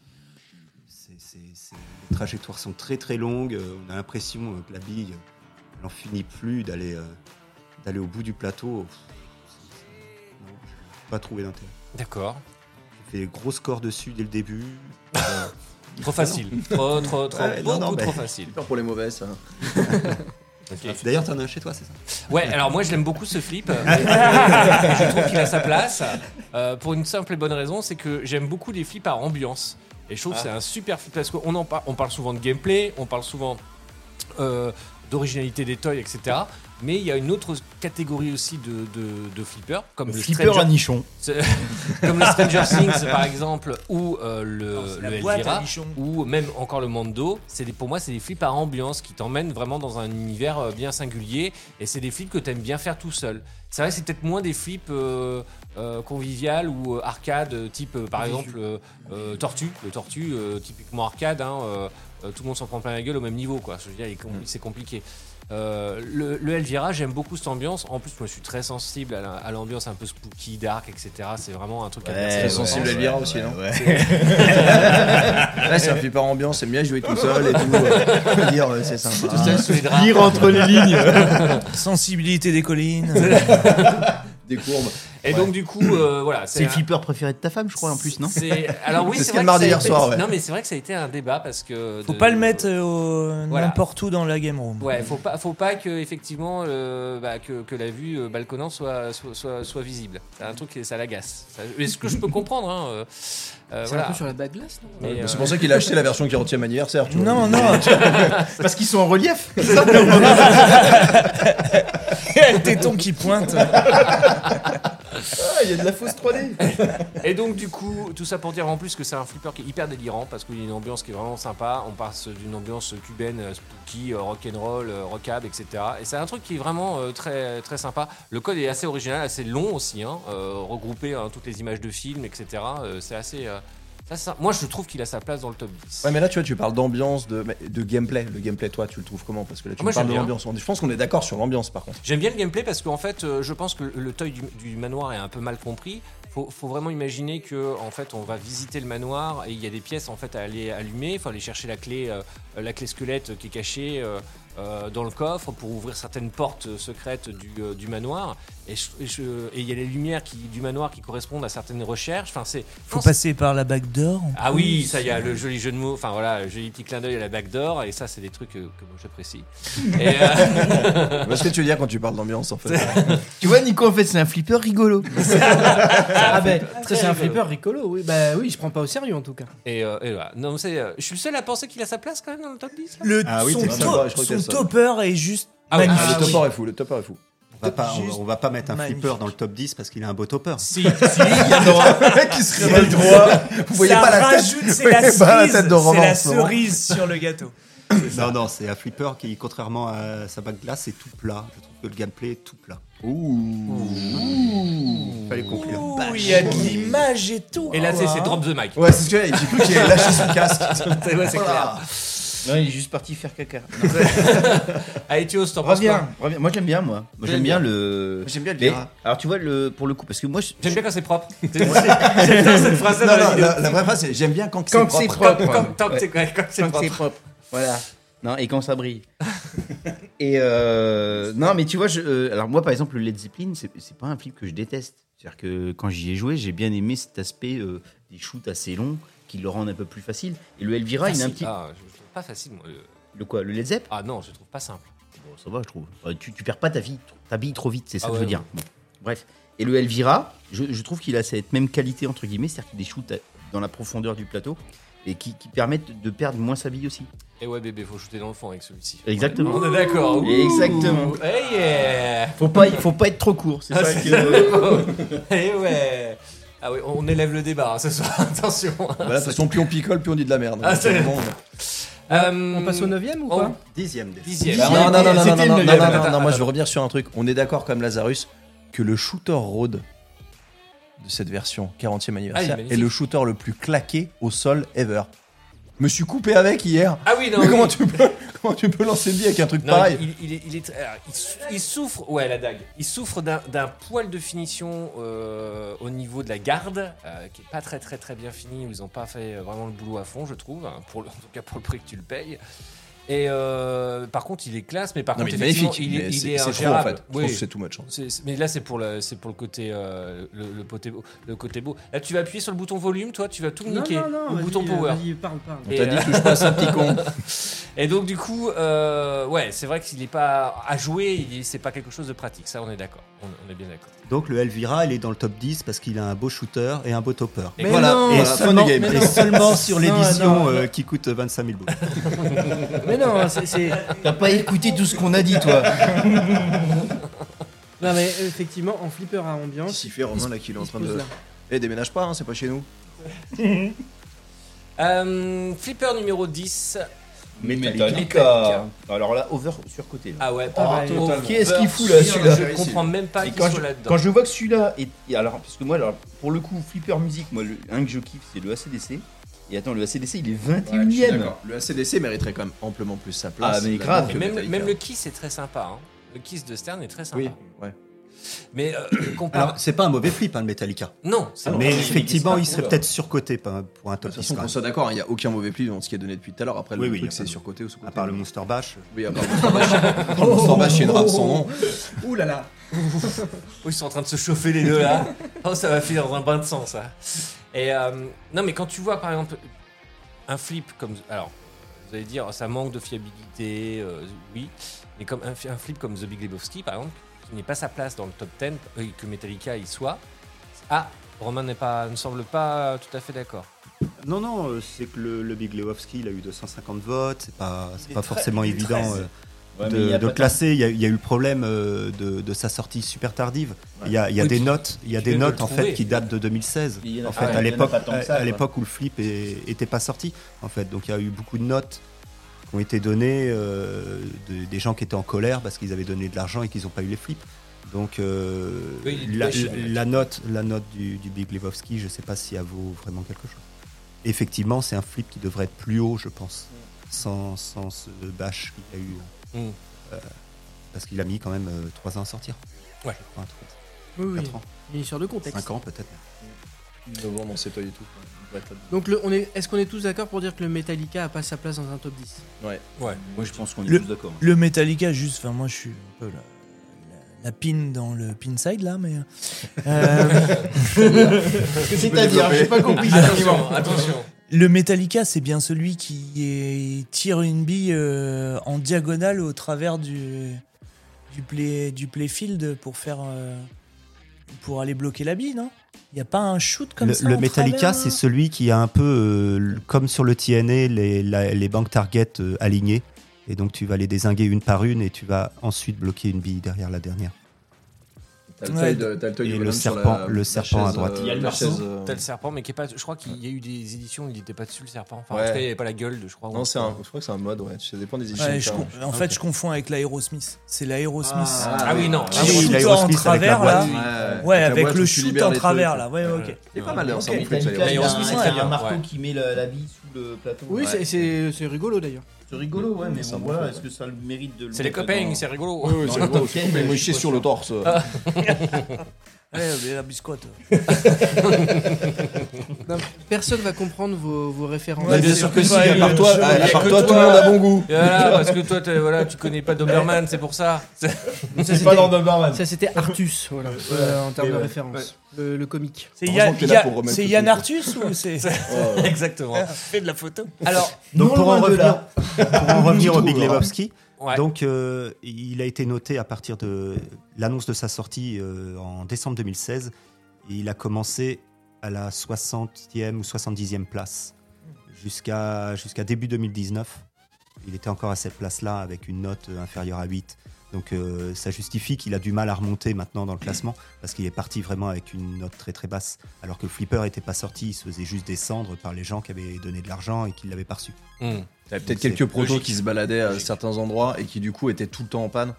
Speaker 11: c'est- c'est- c'est- les trajectoires sont très très longues. euh, on a l'impression euh, que la bille euh, elle n'en finit plus d'aller euh, d'aller au bout du plateau. Pff, c'est- c'est- non, j'ai pas trouvé d'intérêt.
Speaker 3: D'accord.
Speaker 11: J'ai fait des gros scores dessus dès le début. Euh,
Speaker 3: Trop facile. Trop, trop, trop.
Speaker 11: Ouais, non,
Speaker 3: beaucoup
Speaker 11: non, mais-
Speaker 3: trop facile.
Speaker 6: Super pour les mauvais, ça.
Speaker 11: Ah, D'ailleurs, t'en as un chez toi, c'est ça
Speaker 3: Ouais, alors moi je l'aime beaucoup ce flip. je trouve qu'il a sa place. euh, pour une simple et bonne raison, c'est que j'aime beaucoup les flips par ambiance. Et je trouve que c'est un super flip parce qu'on en par- on parle souvent de gameplay, on parle souvent euh, d'originalité des toys, etc. Mais il y a une autre catégorie aussi de, de, de flippers, comme le,
Speaker 5: Flipper à
Speaker 3: Stranger,
Speaker 5: nichon.
Speaker 3: comme le Stranger Things par exemple, ou euh, le,
Speaker 7: Non, c'est
Speaker 3: le
Speaker 7: la boîte à
Speaker 3: Elvira,
Speaker 7: nichons.
Speaker 3: ou même encore le Mando. C'est des- pour moi, c'est des flips par ambiance qui t'emmènent vraiment dans un univers euh, bien singulier. Et c'est des flips que t'aimes bien faire tout seul. C'est vrai, que c'est peut-être moins des flips euh, euh, conviviales ou euh, arcade, euh, type euh, par exemple euh, euh, Tortue. Le Tortue, euh, typiquement arcade, hein, euh, euh, tout le monde s'en prend plein la gueule au même niveau. Quoi. Je veux dire, il est compli- c'est compliqué. Euh, le, le Elvira, j'aime beaucoup cette ambiance. En plus, moi, je suis très sensible à la- à l'ambiance un peu spooky, dark, etc. C'est vraiment un truc à
Speaker 6: C'est
Speaker 5: ouais,
Speaker 6: sensible
Speaker 5: ouais,
Speaker 6: à Elvira aussi, non
Speaker 5: ouais.
Speaker 6: Ouais, c'est un flipper ambiance, c'est bien jouer tout seul et tout. euh, dire, euh, c'est
Speaker 3: Tout
Speaker 6: sympa.
Speaker 3: seul sous les draps.
Speaker 11: entre les lignes
Speaker 7: Sensibilité des collines.
Speaker 6: Des courbes.
Speaker 3: Et donc, du coup, euh, voilà.
Speaker 5: C'est le flipper préféré de ta femme, je crois, en plus, non
Speaker 3: c'est- Alors oui,
Speaker 5: C'est
Speaker 3: c'est
Speaker 5: ce
Speaker 3: vrai
Speaker 5: qu'elle
Speaker 3: que
Speaker 5: m'a
Speaker 3: ça
Speaker 5: dit
Speaker 3: a
Speaker 5: hier
Speaker 3: été-
Speaker 5: soir, ouais.
Speaker 3: Non, mais c'est vrai que ça a été un débat parce que.
Speaker 7: Faut
Speaker 3: de-
Speaker 7: pas le mettre euh, au-
Speaker 3: Voilà.
Speaker 7: n'importe où dans la game room.
Speaker 3: Ouais, faut pas, faut pas que effectivement euh, bah, que, que la vue euh, balconnant soit soit, soit soit visible. C'est un truc qui ça l'agace. Ça- mais ce que je peux comprendre hein, euh, euh,
Speaker 4: C'est
Speaker 3: voilà.
Speaker 4: un peu sur la bad glace, non
Speaker 3: Mais,
Speaker 6: C'est
Speaker 3: euh,
Speaker 6: pour ça qu'il a acheté la version 40e anniversaire, tu vois.
Speaker 7: Non, non.
Speaker 6: Parce qu'ils sont en relief.
Speaker 7: le téton qui pointe.
Speaker 6: Ah, Il y a de la fausse 3D.
Speaker 3: Et donc du coup, tout ça pour dire en plus que c'est un flipper qui est hyper délirant parce qu'il y a une ambiance qui est vraiment sympa. On passe d'une ambiance cubaine, euh, spooky, euh, rock'n'roll, euh, rockab, etc. Et c'est un truc qui est vraiment euh, très très sympa. Le code est assez original, assez long aussi, hein, euh, regroupé hein, toutes les images de films, etc. Euh, c'est assez. euh, ça, ça- moi, je trouve qu'il a sa place dans le top 10.
Speaker 6: Ouais, mais là, tu vois, tu parles d'ambiance, de, mais de gameplay. Le gameplay, toi, tu le trouves comment Parce que là, tu
Speaker 3: Moi,
Speaker 6: parles
Speaker 3: j'aime
Speaker 6: de
Speaker 3: bien.
Speaker 6: l'ambiance. Je pense qu'on est d'accord sur l'ambiance, par contre.
Speaker 3: J'aime bien le gameplay parce qu'en fait, euh, je pense que le toit du, du manoir est un peu mal compris. Faut, faut vraiment imaginer que en fait, on va visiter le manoir et il y a des pièces en fait à aller allumer. Faut aller chercher la clé, euh, la clé squelette qui est cachée euh, euh, dans le coffre pour ouvrir certaines portes euh, secrètes du, euh, du manoir. Et je- et je- et il y a les lumières qui, du manoir qui correspondent à certaines recherches. Enfin, c'est
Speaker 7: Faut
Speaker 3: non, c'est-
Speaker 7: passer par la backdoor. en
Speaker 3: Ah
Speaker 7: plus.
Speaker 3: oui, ça y a le joli jeu de mots. Enfin voilà, le joli petit clin d'œil à la backdoor. Et ça, c'est des trucs euh, que moi j'apprécie. Et, euh,
Speaker 6: Parce que tu veux dire quand tu parles d'ambiance, en fait.
Speaker 5: Tu vois, Nico, en fait, c'est un flipper rigolo.
Speaker 4: Ah, ben,
Speaker 3: très
Speaker 4: c'est un
Speaker 3: rigolo.
Speaker 4: flipper rigolo, oui. Bah oui, je prends pas au sérieux en tout cas.
Speaker 3: Et, euh, et voilà. Non, c'est, euh, je suis le seul à penser qu'il a sa place quand même dans le top 10 là
Speaker 7: Le,
Speaker 9: Ah oui,
Speaker 7: son
Speaker 9: t'es
Speaker 6: pas
Speaker 7: to-
Speaker 6: d'accord, je crois que
Speaker 7: son
Speaker 6: t'es le seul.
Speaker 7: topper est juste
Speaker 3: Ah oui,
Speaker 7: magnifique.
Speaker 6: Ah, le topper est fou, le topper est fou.
Speaker 9: On va, pas, on, va- on va pas mettre un
Speaker 7: Magnifique.
Speaker 9: flipper dans le top 10 parce qu'il a un beau topper.
Speaker 3: Si, si,
Speaker 6: qui se réveille droit. Vous voyez
Speaker 7: ça
Speaker 6: pas la tête
Speaker 7: rajoute, c'est
Speaker 6: Vous
Speaker 7: la
Speaker 6: voyez pas la
Speaker 7: cerise,
Speaker 6: tête de
Speaker 7: c'est
Speaker 6: Roman en
Speaker 7: la
Speaker 6: ce moment.
Speaker 7: cerise sur le gâteau.
Speaker 9: Non, non, c'est un flipper qui, contrairement à sa bague glace, est tout plat. Je trouve que le gameplay est tout plat. Ouh. Fallait conclure.
Speaker 7: Ouh, il y a de l'image et tout.
Speaker 3: Et là,
Speaker 7: quoi,
Speaker 3: c'est, c'est
Speaker 7: hein.
Speaker 3: drop the mic.
Speaker 6: Ouais, c'est ce que j'ai cru qu'il avait lâché son casque.
Speaker 3: ouais, c'est clair.
Speaker 5: Non, il est juste parti faire caca.
Speaker 3: Allez, Théo, t'en penses quoi
Speaker 5: Reviens, reviens. Moi, j'aime bien, moi. Moi, j'aime bien le.
Speaker 6: J'aime bien le
Speaker 5: Mais,
Speaker 6: Vera.
Speaker 5: alors, tu vois, le, pour le coup, parce que moi, je-
Speaker 3: J'aime bien quand c'est propre. J'aime bien cette phrase
Speaker 6: Non,
Speaker 3: dans la
Speaker 6: non,
Speaker 3: vidéo.
Speaker 6: la, la vraie phrase, c'est j'aime bien quand que
Speaker 5: Quand que
Speaker 6: c'est
Speaker 5: c'est
Speaker 6: propre.
Speaker 5: propre.
Speaker 3: Quand, tant que c'est, ouais, quand c'est
Speaker 5: Tant que
Speaker 3: propre.
Speaker 5: c'est propre. Voilà. Non, et quand ça brille. et euh, non, mais tu vois, je, euh, alors moi, par exemple, le Led Zeppelin, c'est c'est pas un film que je déteste. C'est-à-dire que quand j'y ai joué, j'ai bien aimé cet aspect euh, des shoots assez longs qui le rendent un peu plus facile. Et le Elvira, il a un
Speaker 3: Facile.
Speaker 5: petit.
Speaker 3: Ah, je je trouve pas facile, moi. le-
Speaker 5: Le quoi Le Led Zepp
Speaker 3: Ah non, je trouve pas simple.
Speaker 5: Bon, ça va, je trouve. Euh, tu, tu perds pas ta vie, ta bille trop vite, c'est ça
Speaker 3: Ah
Speaker 5: que je
Speaker 3: ouais,
Speaker 5: veux dire. Bon. Bref. Et le Elvira, je, je trouve qu'il a cette même qualité, entre guillemets, c'est-à-dire qu'il y a des shoots à- dans la profondeur du plateau et qui, qui permettent de perdre moins sa bille aussi.
Speaker 3: Et Eh ouais, bébé, faut shooter dans le fond avec celui-ci.
Speaker 5: Exactement.
Speaker 3: On est d'accord. Ouh.
Speaker 5: Exactement.
Speaker 3: Eh yeah.
Speaker 5: Faut pas, faut pas être trop court, c'est
Speaker 3: Ah,
Speaker 5: ça
Speaker 3: c'est
Speaker 5: que.
Speaker 3: Eh ouais. Ah oui, on élève le débat hein, ce soir. Attention.
Speaker 6: Voilà, de toute façon, plus on picole, plus on dit de la merde.
Speaker 3: Ah, c'est-
Speaker 6: bon.
Speaker 3: Euh,
Speaker 4: Ah, On passe au 9 ou
Speaker 3: on-
Speaker 4: pas
Speaker 9: Dixième déjà.
Speaker 3: Dixième.
Speaker 6: Non, non, non, non, non, non,
Speaker 3: Ah, C'était
Speaker 6: non,
Speaker 3: le
Speaker 6: non, non,
Speaker 3: neuvième.
Speaker 6: non, non, moi je veux revenir sur un truc. On est d'accord, comme Lazarus, que le shooter road de cette version 40e anniversaire
Speaker 3: Ah, magnifique.
Speaker 6: est le shooter le plus claqué au sol ever. Je me suis coupé avec hier.
Speaker 3: Ah oui, non.
Speaker 6: Mais
Speaker 3: oui.
Speaker 6: comment tu peux, comment tu peux lancer le dé avec un truc
Speaker 3: Non,
Speaker 6: pareil
Speaker 3: il, il- il est- il est- alors, il sou- il souffre, ouais, la dague. Il souffre d'un d'un poil de finition euh, au niveau de la garde, euh, qui est pas très très très bien fini. où Ils ont pas fait euh, vraiment le boulot à fond, je trouve. hein, pour le- en tout cas pour le prix que tu le payes. Et euh, par contre, il est classe, mais par
Speaker 6: Non, mais
Speaker 3: contre,
Speaker 6: il est
Speaker 3: effectivement,
Speaker 6: magnifique.
Speaker 3: il est,
Speaker 6: mais
Speaker 3: il
Speaker 6: c'est
Speaker 3: est
Speaker 6: c'est trop en
Speaker 3: ingérable.
Speaker 6: fait. Je
Speaker 3: Oui.
Speaker 6: trouve que c'est too much. hein.
Speaker 3: C'est- c'est- mais là, c'est pour le, c'est pour le côté, euh, le, le côté beau- le côté beau. Là, tu vas appuyer sur le bouton volume, toi, tu vas tout niquer. le
Speaker 4: vas-y,
Speaker 3: bouton
Speaker 4: euh,
Speaker 3: power.
Speaker 4: vas-y, parle, parle.
Speaker 6: On t'a
Speaker 3: Et, euh,
Speaker 6: dit touche pas à ça, petit con.
Speaker 3: Et donc du coup, euh, ouais, c'est vrai qu'il n'est pas à jouer, il- c'est pas quelque chose de pratique. Ça, on est d'accord. On, on est bien d'accord.
Speaker 9: Donc le Elvira, il est dans le top 10 parce qu'il a un beau shooter et un beau topper.
Speaker 3: Et
Speaker 4: Mais
Speaker 6: voilà,
Speaker 4: non,
Speaker 6: et
Speaker 4: mais
Speaker 9: seulement,
Speaker 6: game.
Speaker 4: mais
Speaker 9: et
Speaker 4: non.
Speaker 9: seulement sur
Speaker 4: Non,
Speaker 9: l'édition
Speaker 4: non,
Speaker 9: euh, qui coûte 25 000 boules.
Speaker 4: Mais non, c'est- c'est.
Speaker 5: T'as pas écouté tout ce qu'on a dit, toi.
Speaker 4: Non, mais effectivement, en flipper à ambiance.
Speaker 6: S'y fait Romain là qu'il est en
Speaker 4: il se
Speaker 6: train
Speaker 4: pose
Speaker 6: de.
Speaker 4: là.
Speaker 6: Eh, déménage pas, hein, c'est pas chez nous.
Speaker 3: Euh, flipper numéro 10.
Speaker 5: Metallica. Alors là, over surcoté. là.
Speaker 3: Ah ouais.
Speaker 4: Ah,
Speaker 3: oh, oh,
Speaker 5: Qu'est-ce qu'il fout là, celui-là
Speaker 3: Je comprends même pas
Speaker 5: Et
Speaker 3: qui
Speaker 5: quand,
Speaker 3: soit
Speaker 5: je,
Speaker 3: Ah, là-dedans.
Speaker 5: quand je vois que celui-là est. et alors, parce que moi, alors, pour le coup, Flipper Music, moi, le, un que je kiffe, c'est le ACDC. Et attends, le ACDC, il est 21 e
Speaker 6: Le ACDC mériterait quand même amplement plus sa
Speaker 5: place. Ah, mais grave.
Speaker 3: Et Même, même le kiss est très sympa. hein. Le kiss de Stern est très sympa.
Speaker 6: Oui, ouais.
Speaker 3: Mais euh,
Speaker 11: Alors, c'est pas un mauvais flip, hein, le Metallica.
Speaker 3: Non, c'est
Speaker 11: Mais
Speaker 6: pas-
Speaker 11: effectivement, il
Speaker 6: c'est pas
Speaker 11: serait
Speaker 6: cool.
Speaker 11: peut-être surcoté pas- pour un
Speaker 6: De
Speaker 11: top
Speaker 6: toute
Speaker 11: 10.
Speaker 6: façon,
Speaker 11: quand
Speaker 6: qu'on
Speaker 11: même.
Speaker 6: soit d'accord, hein, il n'y a aucun mauvais pli dans ce qui est donné depuis tout à l'heure. Après, le
Speaker 11: Oui, oui,
Speaker 6: truc,
Speaker 11: y a
Speaker 6: c'est
Speaker 11: pas de-
Speaker 6: surcoté ou sous-coté.
Speaker 11: À part le Monster Bash.
Speaker 6: Oui, à part le Monster Bash. Le Monster Bash, il y a une rave sans nom.
Speaker 3: Ouh là là Oh, Ils sont en train de se chauffer les deux là. Oh, ça va finir dans un bain de sang ça. Et euh, non, mais quand tu vois par exemple un flip comme. Alors, vous allez dire, ça manque de fiabilité, euh, oui. Mais comme un, fi- un flip comme The Big Lebowski par exemple, qui n'est pas sa place dans le top 10, euh, que Metallica y soit. Ah, Romain n'est pas, ne semble pas tout à fait d'accord.
Speaker 11: Non, non, euh, c'est que le, le Big Lebowski, il a eu 250 votes. C'est pas, c'est
Speaker 9: est
Speaker 11: pas
Speaker 9: tre-
Speaker 11: forcément
Speaker 9: il est
Speaker 11: évident
Speaker 9: 13.
Speaker 11: euh,
Speaker 9: Ouais,
Speaker 11: de,
Speaker 9: mais il y a
Speaker 11: de
Speaker 9: pas
Speaker 11: le
Speaker 9: de-
Speaker 11: classer. Il y, a, il y a eu le problème euh, de, de sa sortie super tardive. Il y a, il y a
Speaker 9: Oui,
Speaker 11: des
Speaker 9: puis-
Speaker 11: notes, il y a
Speaker 9: tu
Speaker 11: des
Speaker 9: viens de le
Speaker 11: notes en fait
Speaker 9: trouver.
Speaker 11: qui datent de 2016.
Speaker 9: Il y en a
Speaker 11: En
Speaker 9: pas-
Speaker 11: fait,
Speaker 9: il y en
Speaker 11: à
Speaker 9: a
Speaker 11: l'époque,
Speaker 9: pas tant que ça,
Speaker 11: à- à
Speaker 9: quoi.
Speaker 11: l'époque où le flip est- était pas sorti. En fait, donc il y a eu beaucoup de notes qui ont été données euh, de- des gens qui étaient en colère parce qu'ils avaient donné de l'argent et qu'ils n'ont pas eu les flips. Donc euh,
Speaker 3: Oui, il est
Speaker 11: la,
Speaker 3: déçu,
Speaker 11: la-
Speaker 3: le mec.
Speaker 11: la note, la note du, du Big Lebowski, je ne sais pas si elle vaut vraiment quelque chose. Effectivement, c'est un flip qui devrait être plus haut, je pense, sans, sans ce bash qu'il a eu.
Speaker 3: Mm.
Speaker 11: Euh, parce qu'il a mis quand même 3 ans à sortir.
Speaker 3: Ouais.
Speaker 11: Enfin, un truc.
Speaker 4: Oui, oui.
Speaker 11: Quatre ans.
Speaker 4: Il y a une histoire de contexte.
Speaker 11: 5 ans peut-être.
Speaker 6: Novembre, on sait pas du tout. On va être là-dedans.
Speaker 4: Donc, le- on est, est-ce qu'on est tous d'accord pour dire que le Metallica a pas sa place dans un top 10
Speaker 6: Ouais.
Speaker 3: Ouais.
Speaker 5: Moi, je pense qu'on est
Speaker 7: Le-
Speaker 5: tous d'accord.
Speaker 7: Le Metallica, juste, enfin moi je suis un peu la, la- la pin dans le pinside là, mais. euh,
Speaker 10: C'est-à-dire, j'ai pas compris.
Speaker 3: Attention, attention.
Speaker 7: Le Metallica, c'est bien celui qui est- tire une bille euh, en diagonale au travers du, du, play, du playfield pour faire. euh, pour aller bloquer la bille, non Il n'y a pas un shoot comme
Speaker 11: le,
Speaker 7: ça
Speaker 11: le
Speaker 7: en
Speaker 11: Metallica,
Speaker 7: travers,
Speaker 11: c'est
Speaker 7: là
Speaker 11: celui qui a un peu, euh, le- comme sur le TNA, les, la- les banques target euh, alignées. Et donc tu vas les désinguer une par une et tu vas ensuite bloquer une bille derrière la dernière.
Speaker 6: T'as le
Speaker 7: Ouais.
Speaker 6: taille de- t'as le taille
Speaker 11: Et
Speaker 6: du
Speaker 11: le
Speaker 6: bonhomme sur
Speaker 11: serpent-
Speaker 6: la-
Speaker 11: le
Speaker 6: la
Speaker 11: serpent à
Speaker 6: chaise,
Speaker 11: droite.
Speaker 6: euh,
Speaker 10: Il y a le
Speaker 6: la
Speaker 10: marceau.
Speaker 6: chaise, euh,
Speaker 3: T'as le serpent, mais qui est pas. Je crois qu'il y a eu des éditions où il n'était pas dessus le serpent. Enfin, en
Speaker 6: Ouais.
Speaker 3: tout cas, il n'y avait pas la gueule, de- je crois.
Speaker 6: Non, c'est un. Je crois que c'est un mode. Ouais. Ça dépend des éditions.
Speaker 7: Ouais, je
Speaker 11: Ah
Speaker 7: con- en fait, je confonds avec l'Aerosmith. C'est l'Aerosmith.
Speaker 3: Ah oui, non.
Speaker 7: Ah oui,
Speaker 11: l'Aerosmith
Speaker 7: shoot en
Speaker 11: avec la
Speaker 7: travers
Speaker 11: boîte.
Speaker 7: là. Ouais, avec, le shoot en travers là.
Speaker 6: là.
Speaker 7: Ouais, ok.
Speaker 6: C'est pas mal d'ailleurs. ça,
Speaker 5: Ok,
Speaker 6: on peut
Speaker 5: t'as
Speaker 6: le
Speaker 5: une
Speaker 6: faire.
Speaker 5: classe, il y a
Speaker 3: Aerosmith, c'est
Speaker 5: un-
Speaker 3: très
Speaker 5: il y a
Speaker 3: bien,
Speaker 5: un marteau
Speaker 3: ouais.
Speaker 5: qui met la, la bille sous le plateau.
Speaker 4: Oui, c'est- c'est c'est rigolo d'ailleurs.
Speaker 5: c'est rigolo, ouais, mais
Speaker 6: C'est
Speaker 5: bon,
Speaker 6: un bon
Speaker 5: voilà,
Speaker 6: choix,
Speaker 5: est-ce que ça le mérite de le
Speaker 3: C'est les
Speaker 5: mettre
Speaker 3: copains,
Speaker 5: dans-
Speaker 3: c'est rigolo.
Speaker 6: Oui, oui,
Speaker 5: Dans
Speaker 6: c'est
Speaker 5: le
Speaker 6: gros. Ah,
Speaker 5: top
Speaker 6: Je
Speaker 5: ten,
Speaker 6: mais
Speaker 5: je
Speaker 6: me
Speaker 5: suis
Speaker 6: chier
Speaker 5: pas
Speaker 6: sur le
Speaker 5: sûr.
Speaker 6: torse.
Speaker 7: Ouais, mais la biscotte.
Speaker 4: Non, personne va comprendre vos, vos références.
Speaker 6: Bah, bien
Speaker 7: c'est-
Speaker 6: sûr que
Speaker 7: c'est
Speaker 6: si. À
Speaker 7: pas-
Speaker 6: part
Speaker 7: il-
Speaker 6: toi,
Speaker 7: je-
Speaker 6: à-
Speaker 3: il y
Speaker 6: à
Speaker 3: a
Speaker 6: part
Speaker 3: que
Speaker 6: toi, tout
Speaker 3: toi.
Speaker 6: le monde a bon goût.
Speaker 3: Voilà, parce que toi, t'es- voilà, tu connais pas Doberman, c'est pour ça. C'est-
Speaker 4: Ça, c'était-
Speaker 10: C'est pas dans le barman.
Speaker 4: Ça c'était Artus, voilà, euh, en termes
Speaker 6: Et
Speaker 4: de
Speaker 6: ouais.
Speaker 4: référence. Le, le comique.
Speaker 7: C'est
Speaker 6: Heureusement
Speaker 7: Yann,
Speaker 6: que t'es là pour remettre
Speaker 7: c'est
Speaker 6: le
Speaker 7: Yann
Speaker 6: truc.
Speaker 7: Arthus ou c'est.
Speaker 3: Exactement.
Speaker 7: Fais de la photo.
Speaker 3: Alors,
Speaker 11: Donc
Speaker 10: Non
Speaker 11: pour,
Speaker 10: loin
Speaker 11: en
Speaker 10: de
Speaker 11: revenir,
Speaker 10: là.
Speaker 11: pour en revenir au Big
Speaker 10: trouve, hein.
Speaker 11: Lebowski,
Speaker 3: ouais.
Speaker 11: donc euh, il a été noté à partir de l'annonce de sa sortie euh, en décembre 2016. Il a commencé à la 60e ou 70e place jusqu'à jusqu'à début 2019. Il était encore à cette place-là avec une note euh, inférieure à 8. Donc euh, ça justifie qu'il a du mal à remonter maintenant dans le classement parce qu'il est parti vraiment avec une note très très basse. Alors que le flipper n'était pas sorti, il se faisait juste descendre par les gens qui avaient donné de l'argent et qui ne l'avaient pas reçu.
Speaker 3: Hmm.
Speaker 6: T'avais peut-être
Speaker 11: C'est
Speaker 6: quelques protos
Speaker 3: logique.
Speaker 6: qui se baladaient à certains endroits et qui du coup étaient tout le temps en panne.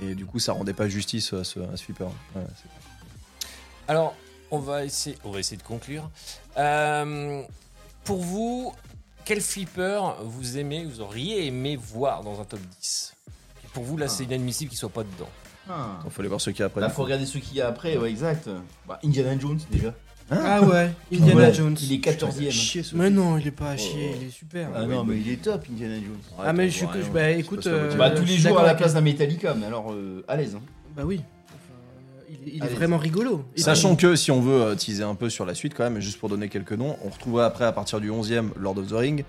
Speaker 6: Et du coup, ça rendait pas justice à ce, à ce flipper. Ouais, c'est-
Speaker 3: Alors, on va essayer, on va essayer de conclure. Euh, pour vous, quel flipper vous aimez, vous auriez aimé voir dans un top 10 Et Pour vous, là, c'est inadmissible qu'il soit pas dedans.
Speaker 5: Ah.
Speaker 6: Il fallait voir ceux qui après.
Speaker 5: Là, faut regarder ce qu'il y a après, ouais, exact. Bah, Indiana Jones, déjà.
Speaker 4: Ah ouais,
Speaker 5: Ah
Speaker 4: Indiana
Speaker 5: ouais,
Speaker 4: Jones.
Speaker 5: Il est 14ème.
Speaker 4: Mais non, il est pas à chier, il est super.
Speaker 5: Ah non, mais il est top, Indiana Jones.
Speaker 4: Ah mais je suis que- bah écoute,
Speaker 6: pas ce que ça veut dire.
Speaker 4: euh,
Speaker 5: Bah, tous
Speaker 4: je
Speaker 5: les
Speaker 4: suis
Speaker 5: jours
Speaker 4: d'accord
Speaker 5: à la
Speaker 4: avec
Speaker 5: place
Speaker 4: elle.
Speaker 5: d'un Metallica, mais alors euh, à l'aise. Hein.
Speaker 4: Bah oui. Enfin, euh, il est, il est
Speaker 5: Allez.
Speaker 4: vraiment rigolo. Et
Speaker 6: Sachant que si on veut euh, teaser un peu sur la suite, quand même, juste pour donner quelques noms, on retrouvera après à partir du 11ème Lord of the Ring.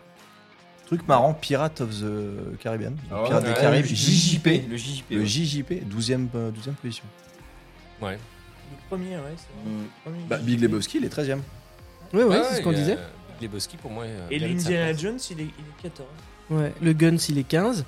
Speaker 6: Truc marrant, Pirate of the Caribbean.
Speaker 5: Ah
Speaker 6: Pirate des Caraïbes, JJP.
Speaker 5: Le JJP.
Speaker 6: Le
Speaker 5: ouais.
Speaker 6: JJP, 12ème, euh, 12e position.
Speaker 3: Ouais.
Speaker 7: Le premier, ouais. c'est vrai.
Speaker 5: Mm.
Speaker 7: Le premier.
Speaker 6: Bah, Big Lebowski, il est 13ème.
Speaker 4: Ouais ouais, c'est ce qu'on disait.
Speaker 3: Les Boski, pour moi. euh,
Speaker 7: Et
Speaker 3: mérite sa
Speaker 7: l'Indiana
Speaker 3: place.
Speaker 7: Jones, il est, il est 14.
Speaker 4: Ouais, le Guns il est 15.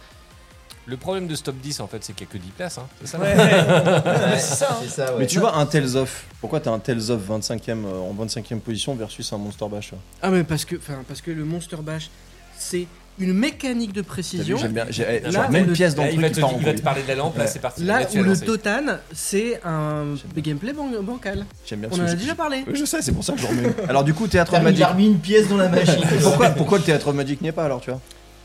Speaker 3: Le problème de ce top 10, en fait, c'est qu'il n'y a que 10 places. Hein. C'est ça
Speaker 5: Ouais,
Speaker 7: c'est ça, hein.
Speaker 5: C'est ça, ouais.
Speaker 6: Mais tu vois, un Tales of, pourquoi t'as un Tales of 25ème, euh, en 25ème position versus un Monster Bash euh ouais
Speaker 4: Ah mais parce que enfin parce que le Monster Bash c'est une mécanique de
Speaker 6: T'as vu,
Speaker 4: précision.
Speaker 6: J'aime bien. J'ai eh,
Speaker 3: Là,
Speaker 6: genre,
Speaker 4: où
Speaker 6: même
Speaker 4: le-
Speaker 6: pièce dans
Speaker 3: Là,
Speaker 6: le
Speaker 3: il va,
Speaker 6: truc
Speaker 3: te,
Speaker 6: qui part en
Speaker 3: il va te
Speaker 6: couille.
Speaker 3: parler de la lampe, là,
Speaker 6: Ouais.
Speaker 3: c'est parti.
Speaker 4: Là
Speaker 3: tu vas
Speaker 4: où le
Speaker 3: lancer.
Speaker 4: Totan, c'est un
Speaker 6: J'aime bien.
Speaker 4: gameplay ban- bancal.
Speaker 6: J'aime bien
Speaker 4: On
Speaker 6: ce
Speaker 4: en
Speaker 6: que
Speaker 4: a
Speaker 6: je-
Speaker 4: déjà parlé.
Speaker 6: Oui, je sais, c'est pour ça que je remets. Alors, du coup, Théâtre
Speaker 5: T'as
Speaker 6: of
Speaker 5: mis- il
Speaker 6: Magic.
Speaker 5: a remis une pièce dans la machine.
Speaker 6: Pourquoi, pourquoi le Théâtre of Magic n'y est pas alors, tu vois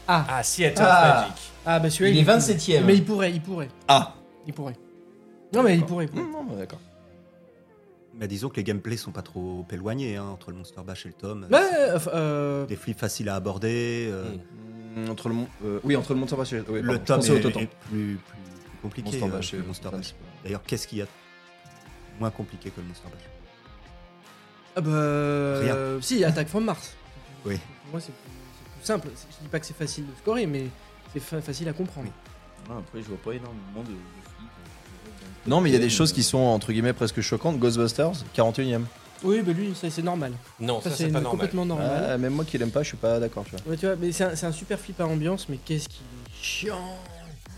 Speaker 3: Ah, Seattle
Speaker 5: Ah.
Speaker 3: Magic.
Speaker 4: Ah bah celui-là
Speaker 5: Il est 27ème.
Speaker 4: Mais il pourrait, il pourrait.
Speaker 6: Ah. Hmm.
Speaker 4: Il pourrait. Non, mais il
Speaker 11: D'accord.
Speaker 4: pourrait. il pourrait.
Speaker 6: d'accord.
Speaker 11: Mais disons que les gameplays sont pas trop éloignés hein, entre le Monster Bash et le tome.
Speaker 4: Ouais, ouais, ouais, euh,
Speaker 11: Des flips faciles à aborder. euh,
Speaker 6: Entre le, mon- euh, oui, entre le Monster Bash et oui, pardon, je
Speaker 11: le tome est,
Speaker 6: pensais au
Speaker 11: est
Speaker 6: Totem.
Speaker 11: plus, plus- plus compliqué.
Speaker 6: Monster
Speaker 11: euh,
Speaker 6: Bash
Speaker 11: que
Speaker 6: et
Speaker 11: le Monster
Speaker 6: Totem,
Speaker 11: Bash.
Speaker 6: c'est pas-
Speaker 11: D'ailleurs, qu'est-ce qu'il y a de moins compliqué que le Monster Bash
Speaker 4: Ah bah. euh, Si, Attack from Mars.
Speaker 11: Oui.
Speaker 4: Pour moi, c'est plus, c'est plus simple. C'est- Je dis pas que c'est facile de scorer, mais c'est fa- facile à comprendre.
Speaker 12: Ouais, après, je vois pas énormément de. euh. de flics.
Speaker 6: Non, mais il y a des choses qui sont entre guillemets presque choquantes. Ghostbusters, 41ème.
Speaker 4: Oui, bah lui, ça, c'est normal.
Speaker 3: Non, ça, c'est
Speaker 4: une-
Speaker 3: pas normal.
Speaker 4: complètement normal.
Speaker 6: Ah, même moi qui l'aime pas, je suis pas d'accord, tu vois.
Speaker 4: Ouais, tu vois, mais c'est un, c'est un super flip à ambiance, mais qu'est-ce qu'il est chiant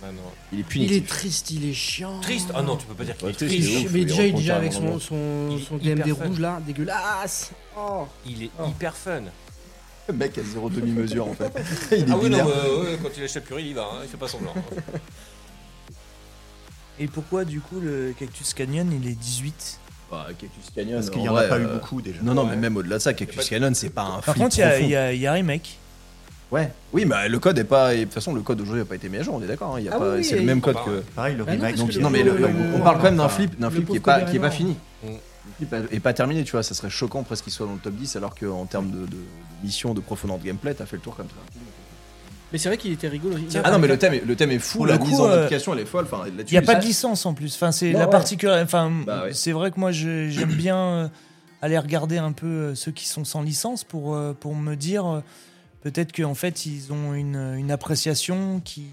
Speaker 3: Bah,
Speaker 6: Il est
Speaker 4: Il
Speaker 6: punitif.
Speaker 4: est triste, il est chiant.
Speaker 3: Triste Ah non, tu peux pas dire qu'il est
Speaker 6: Ouais, triste,
Speaker 3: triste.
Speaker 6: c'est ouf, hein,
Speaker 4: mais
Speaker 6: il
Speaker 4: déjà, il est
Speaker 6: raconte
Speaker 4: déjà
Speaker 6: un
Speaker 4: avec
Speaker 6: moment.
Speaker 4: son, son, son
Speaker 3: Il est
Speaker 4: DMD
Speaker 3: hyper Bah, fun.
Speaker 4: rouge là, dégueulasse. Oh.
Speaker 3: Il est
Speaker 4: Oh.
Speaker 3: hyper fun.
Speaker 6: Le mec a zéro demi-mesure en fait. Il
Speaker 3: Ah
Speaker 6: est
Speaker 3: oui, non,
Speaker 6: binaire.
Speaker 3: euh, ouais, quand il achète purée, il y va, hein, il fait pas semblant.
Speaker 7: Et pourquoi, du coup, le Cactus Canyon, il est 18
Speaker 6: Bah, Cactus Canyon.
Speaker 11: Parce qu'il
Speaker 6: en
Speaker 11: y en a
Speaker 6: vrai,
Speaker 11: pas eu
Speaker 6: euh,
Speaker 11: beaucoup déjà.
Speaker 6: Non, non, mais même au-delà de ça,
Speaker 3: Y a pas
Speaker 6: Cactus
Speaker 3: de-
Speaker 6: Canyon, c'est pas un
Speaker 7: Par
Speaker 6: flip
Speaker 7: contre, il y a-
Speaker 6: profond.
Speaker 7: il y, a- il y a Remake.
Speaker 6: Ouais. Oui, mais le code est pas. et De toute façon, le code aujourd'hui n'a pas été mis à jour, on est d'accord. hein, il y a
Speaker 4: Ah
Speaker 6: pas-
Speaker 4: oui,
Speaker 6: c'est le
Speaker 4: et-
Speaker 6: même code
Speaker 3: Bah,
Speaker 6: que.
Speaker 11: Pareil, le
Speaker 4: Ah non,
Speaker 11: remake.
Speaker 4: parce
Speaker 11: donc
Speaker 4: que
Speaker 11: il
Speaker 4: le-
Speaker 11: y a-
Speaker 6: Non, mais le-
Speaker 4: le-
Speaker 6: on parle quand même hein. d'un flip, d'un
Speaker 4: le
Speaker 6: flip qui est
Speaker 4: pauvre
Speaker 6: pas,
Speaker 4: Kobe
Speaker 6: qui est pas
Speaker 4: Bryant.
Speaker 6: fini.
Speaker 3: Mm.
Speaker 6: Le flip est pas terminé, tu vois. Ça serait choquant presque qu'il soit dans le top 10, alors qu'en termes de, de- de mission, de profondeur de gameplay, t'as fait le tour comme ça.
Speaker 4: Mais c'est vrai qu'il était rigolo. Il-
Speaker 6: Ah non, mais le thème, est- le thème est fou,
Speaker 7: Pour
Speaker 6: la
Speaker 7: le coup,
Speaker 6: mise en
Speaker 7: euh,
Speaker 6: application, elle est folle. Enfin,
Speaker 7: Il n'y a pas de licence en plus. Enfin, c'est
Speaker 6: Ouais,
Speaker 7: la
Speaker 6: ouais.
Speaker 7: particularité. Enfin,
Speaker 6: Bah ouais.
Speaker 7: c'est vrai que moi, je- j'aime bien euh, aller regarder un peu euh, ceux qui sont sans licence pour, euh, pour me dire euh, peut-être qu'en fait, ils ont une, une appréciation qui,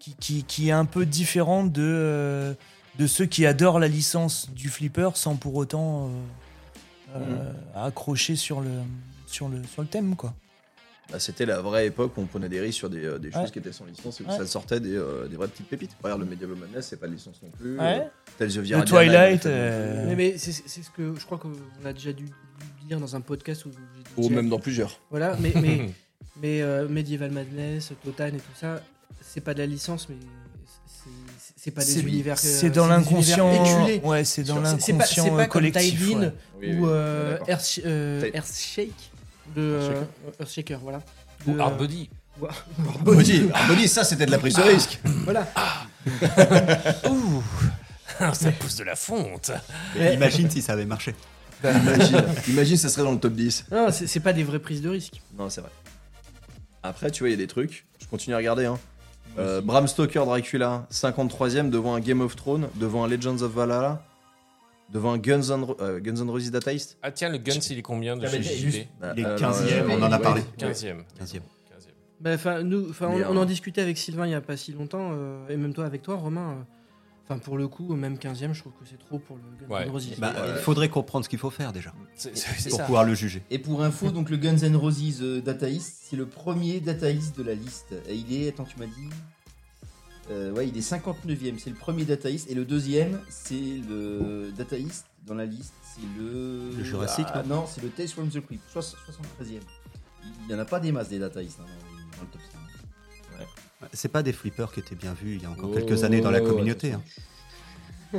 Speaker 7: qui, qui, qui est un peu différente de, euh, de ceux qui adorent la licence du flipper sans pour autant euh, euh,
Speaker 4: Mm-hmm.
Speaker 7: accrocher sur le, sur le, sur le thème, quoi.
Speaker 6: Bah, C'était la vraie époque où on prenait des risques sur des, euh, des choses
Speaker 7: Ouais.
Speaker 6: qui étaient sans licence et où
Speaker 7: Ouais.
Speaker 6: ça sortait des, euh, des vraies petites pépites. Regarde, le Medieval Madness, c'est pas de licence non plus.
Speaker 7: Ouais.
Speaker 6: Euh, Tales of
Speaker 7: Le
Speaker 6: Yaradia,
Speaker 7: Twilight.
Speaker 6: elle a fait-
Speaker 7: euh,
Speaker 4: Mais, mais c'est c'est ce que je crois qu'on a déjà dû dire dans un podcast où j'ai
Speaker 6: Ou
Speaker 4: déjà-
Speaker 6: même dans plusieurs.
Speaker 4: Voilà, mais, mais, mais euh, Medieval Madness, Totan et tout ça, c'est pas de la licence, mais c'est- c'est- c'est pas des
Speaker 7: C'est-
Speaker 4: univers. euh,
Speaker 7: C'est
Speaker 4: des
Speaker 7: dans
Speaker 4: univers
Speaker 7: l'inconscient.
Speaker 4: éculés.
Speaker 7: Ouais, c'est dans
Speaker 4: C'est- c'est pas- c'est pas
Speaker 7: l'inconscient euh,
Speaker 4: comme
Speaker 7: collectif.
Speaker 4: Tidin
Speaker 7: ouais.
Speaker 6: Oui, oui,
Speaker 4: ou
Speaker 6: oui,
Speaker 4: euh,
Speaker 6: d'accord.
Speaker 4: Earth- euh,
Speaker 6: T'as-
Speaker 4: Earthshake de euh, Earthshaker, voilà.
Speaker 3: Ou
Speaker 4: De,
Speaker 3: Hard
Speaker 4: euh,
Speaker 3: Body.
Speaker 6: Body, Body, ah, ça c'était de la prise de risque.
Speaker 4: Voilà.
Speaker 3: Ouh, ça pousse de la fonte.
Speaker 11: mais Imagine si ça avait marché.
Speaker 6: Imagine, imagine, ça serait dans le top 10.
Speaker 4: Non, c'est c'est pas des vraies prises de risque.
Speaker 6: Non, c'est vrai. Après, tu vois, il y a des trucs. Je continue à regarder. Hein. Euh, Bram Stoker Dracula, 53ème devant un Game of Thrones, devant un Legends of Valhalla, devant un Guns N' Ro- euh, Guns N' Roses Data East.
Speaker 3: Ah tiens, le Guns, il est combien de
Speaker 11: Ah,
Speaker 3: chez
Speaker 11: mais
Speaker 3: JB
Speaker 11: juste- Il est
Speaker 6: Euh,
Speaker 11: 15e,
Speaker 6: euh,
Speaker 11: on en a
Speaker 6: ouais,
Speaker 11: parlé.
Speaker 3: 15e.
Speaker 11: 15e.
Speaker 3: 15e.
Speaker 4: Bah, enfin, nous, enfin, on,
Speaker 6: Mais,
Speaker 4: on
Speaker 6: euh,
Speaker 4: en discutait avec Sylvain il y a pas si longtemps, euh, et même toi avec toi, Romain. euh, Enfin, pour le coup, même 15ème, je trouve que c'est trop pour le Guns N'
Speaker 3: Ouais.
Speaker 4: Roses.
Speaker 11: Bah, Il faudrait comprendre ce qu'il faut faire déjà
Speaker 3: C'est- c'est- c'est
Speaker 11: pour
Speaker 3: ça.
Speaker 11: pouvoir le juger.
Speaker 12: Et pour info, donc le Guns N' Roses euh, Data East, c'est le premier Data East de la liste. Et il est, attends, tu m'as dit. Euh, ouais, il est 59ème, c'est le premier Data East. Et le deuxième, c'est le Data East dans la liste, c'est le.
Speaker 11: Le Jurassic,
Speaker 12: Ah, Non, c'est le Tales from the Crypt, soix- 73ème. Il n'y en a pas des masses des Data East hein, dans, dans le top 5.
Speaker 11: C'est pas des flippers qui étaient bien vus il y a encore
Speaker 12: Oh,
Speaker 11: quelques années dans la
Speaker 12: ouais,
Speaker 11: communauté. hein.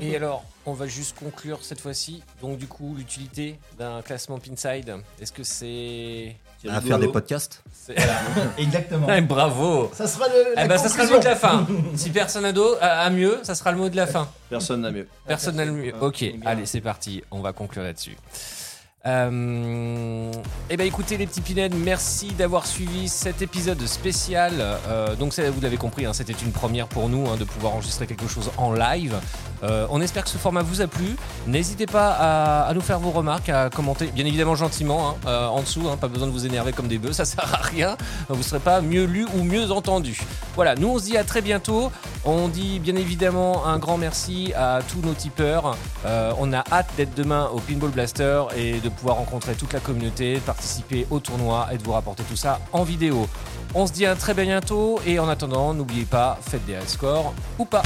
Speaker 3: Et alors, on va juste conclure cette fois-ci. Donc du coup, l'utilité d'un classement Pinside, est-ce que c'est...
Speaker 12: C'est
Speaker 11: À
Speaker 12: rigolo.
Speaker 11: faire des podcasts.
Speaker 3: c'est-
Speaker 12: Exactement.
Speaker 3: Ah, bravo
Speaker 12: Ça sera le. la
Speaker 3: Eh ben, ça sera le mot
Speaker 12: conclusion.
Speaker 3: de la fin. Si personne n'a d'eau- a, a mieux, ça sera le mot de la fin.
Speaker 6: Personne n'a mieux.
Speaker 3: Personne n'a le mieux.
Speaker 12: Ah,
Speaker 3: Ok,
Speaker 12: c'est bien.
Speaker 3: allez, c'est parti. On va conclure là-dessus. Euh, eh ben écoutez les petits pinèdes, merci d'avoir suivi cet épisode spécial. Euh, donc ça, vous l'avez compris, hein, c'était une première pour nous hein, de pouvoir enregistrer quelque chose en live. Euh, on espère que ce format vous a plu. N'hésitez pas à, à nous faire vos remarques, à commenter, bien évidemment gentiment hein, euh, en dessous. hein, pas besoin de vous énerver comme des bœufs, ça sert à rien. Vous serez pas mieux lu ou mieux entendu. Voilà, nous on se dit à très bientôt. On dit bien évidemment un grand merci à tous nos tipeurs. Euh, on a hâte d'être demain au Pinball Blaster et de pouvoir rencontrer toute la communauté, de participer au tournoi et de vous rapporter tout ça en vidéo. On se dit à très bientôt et en attendant, n'oubliez pas, faites des high scores ou pas.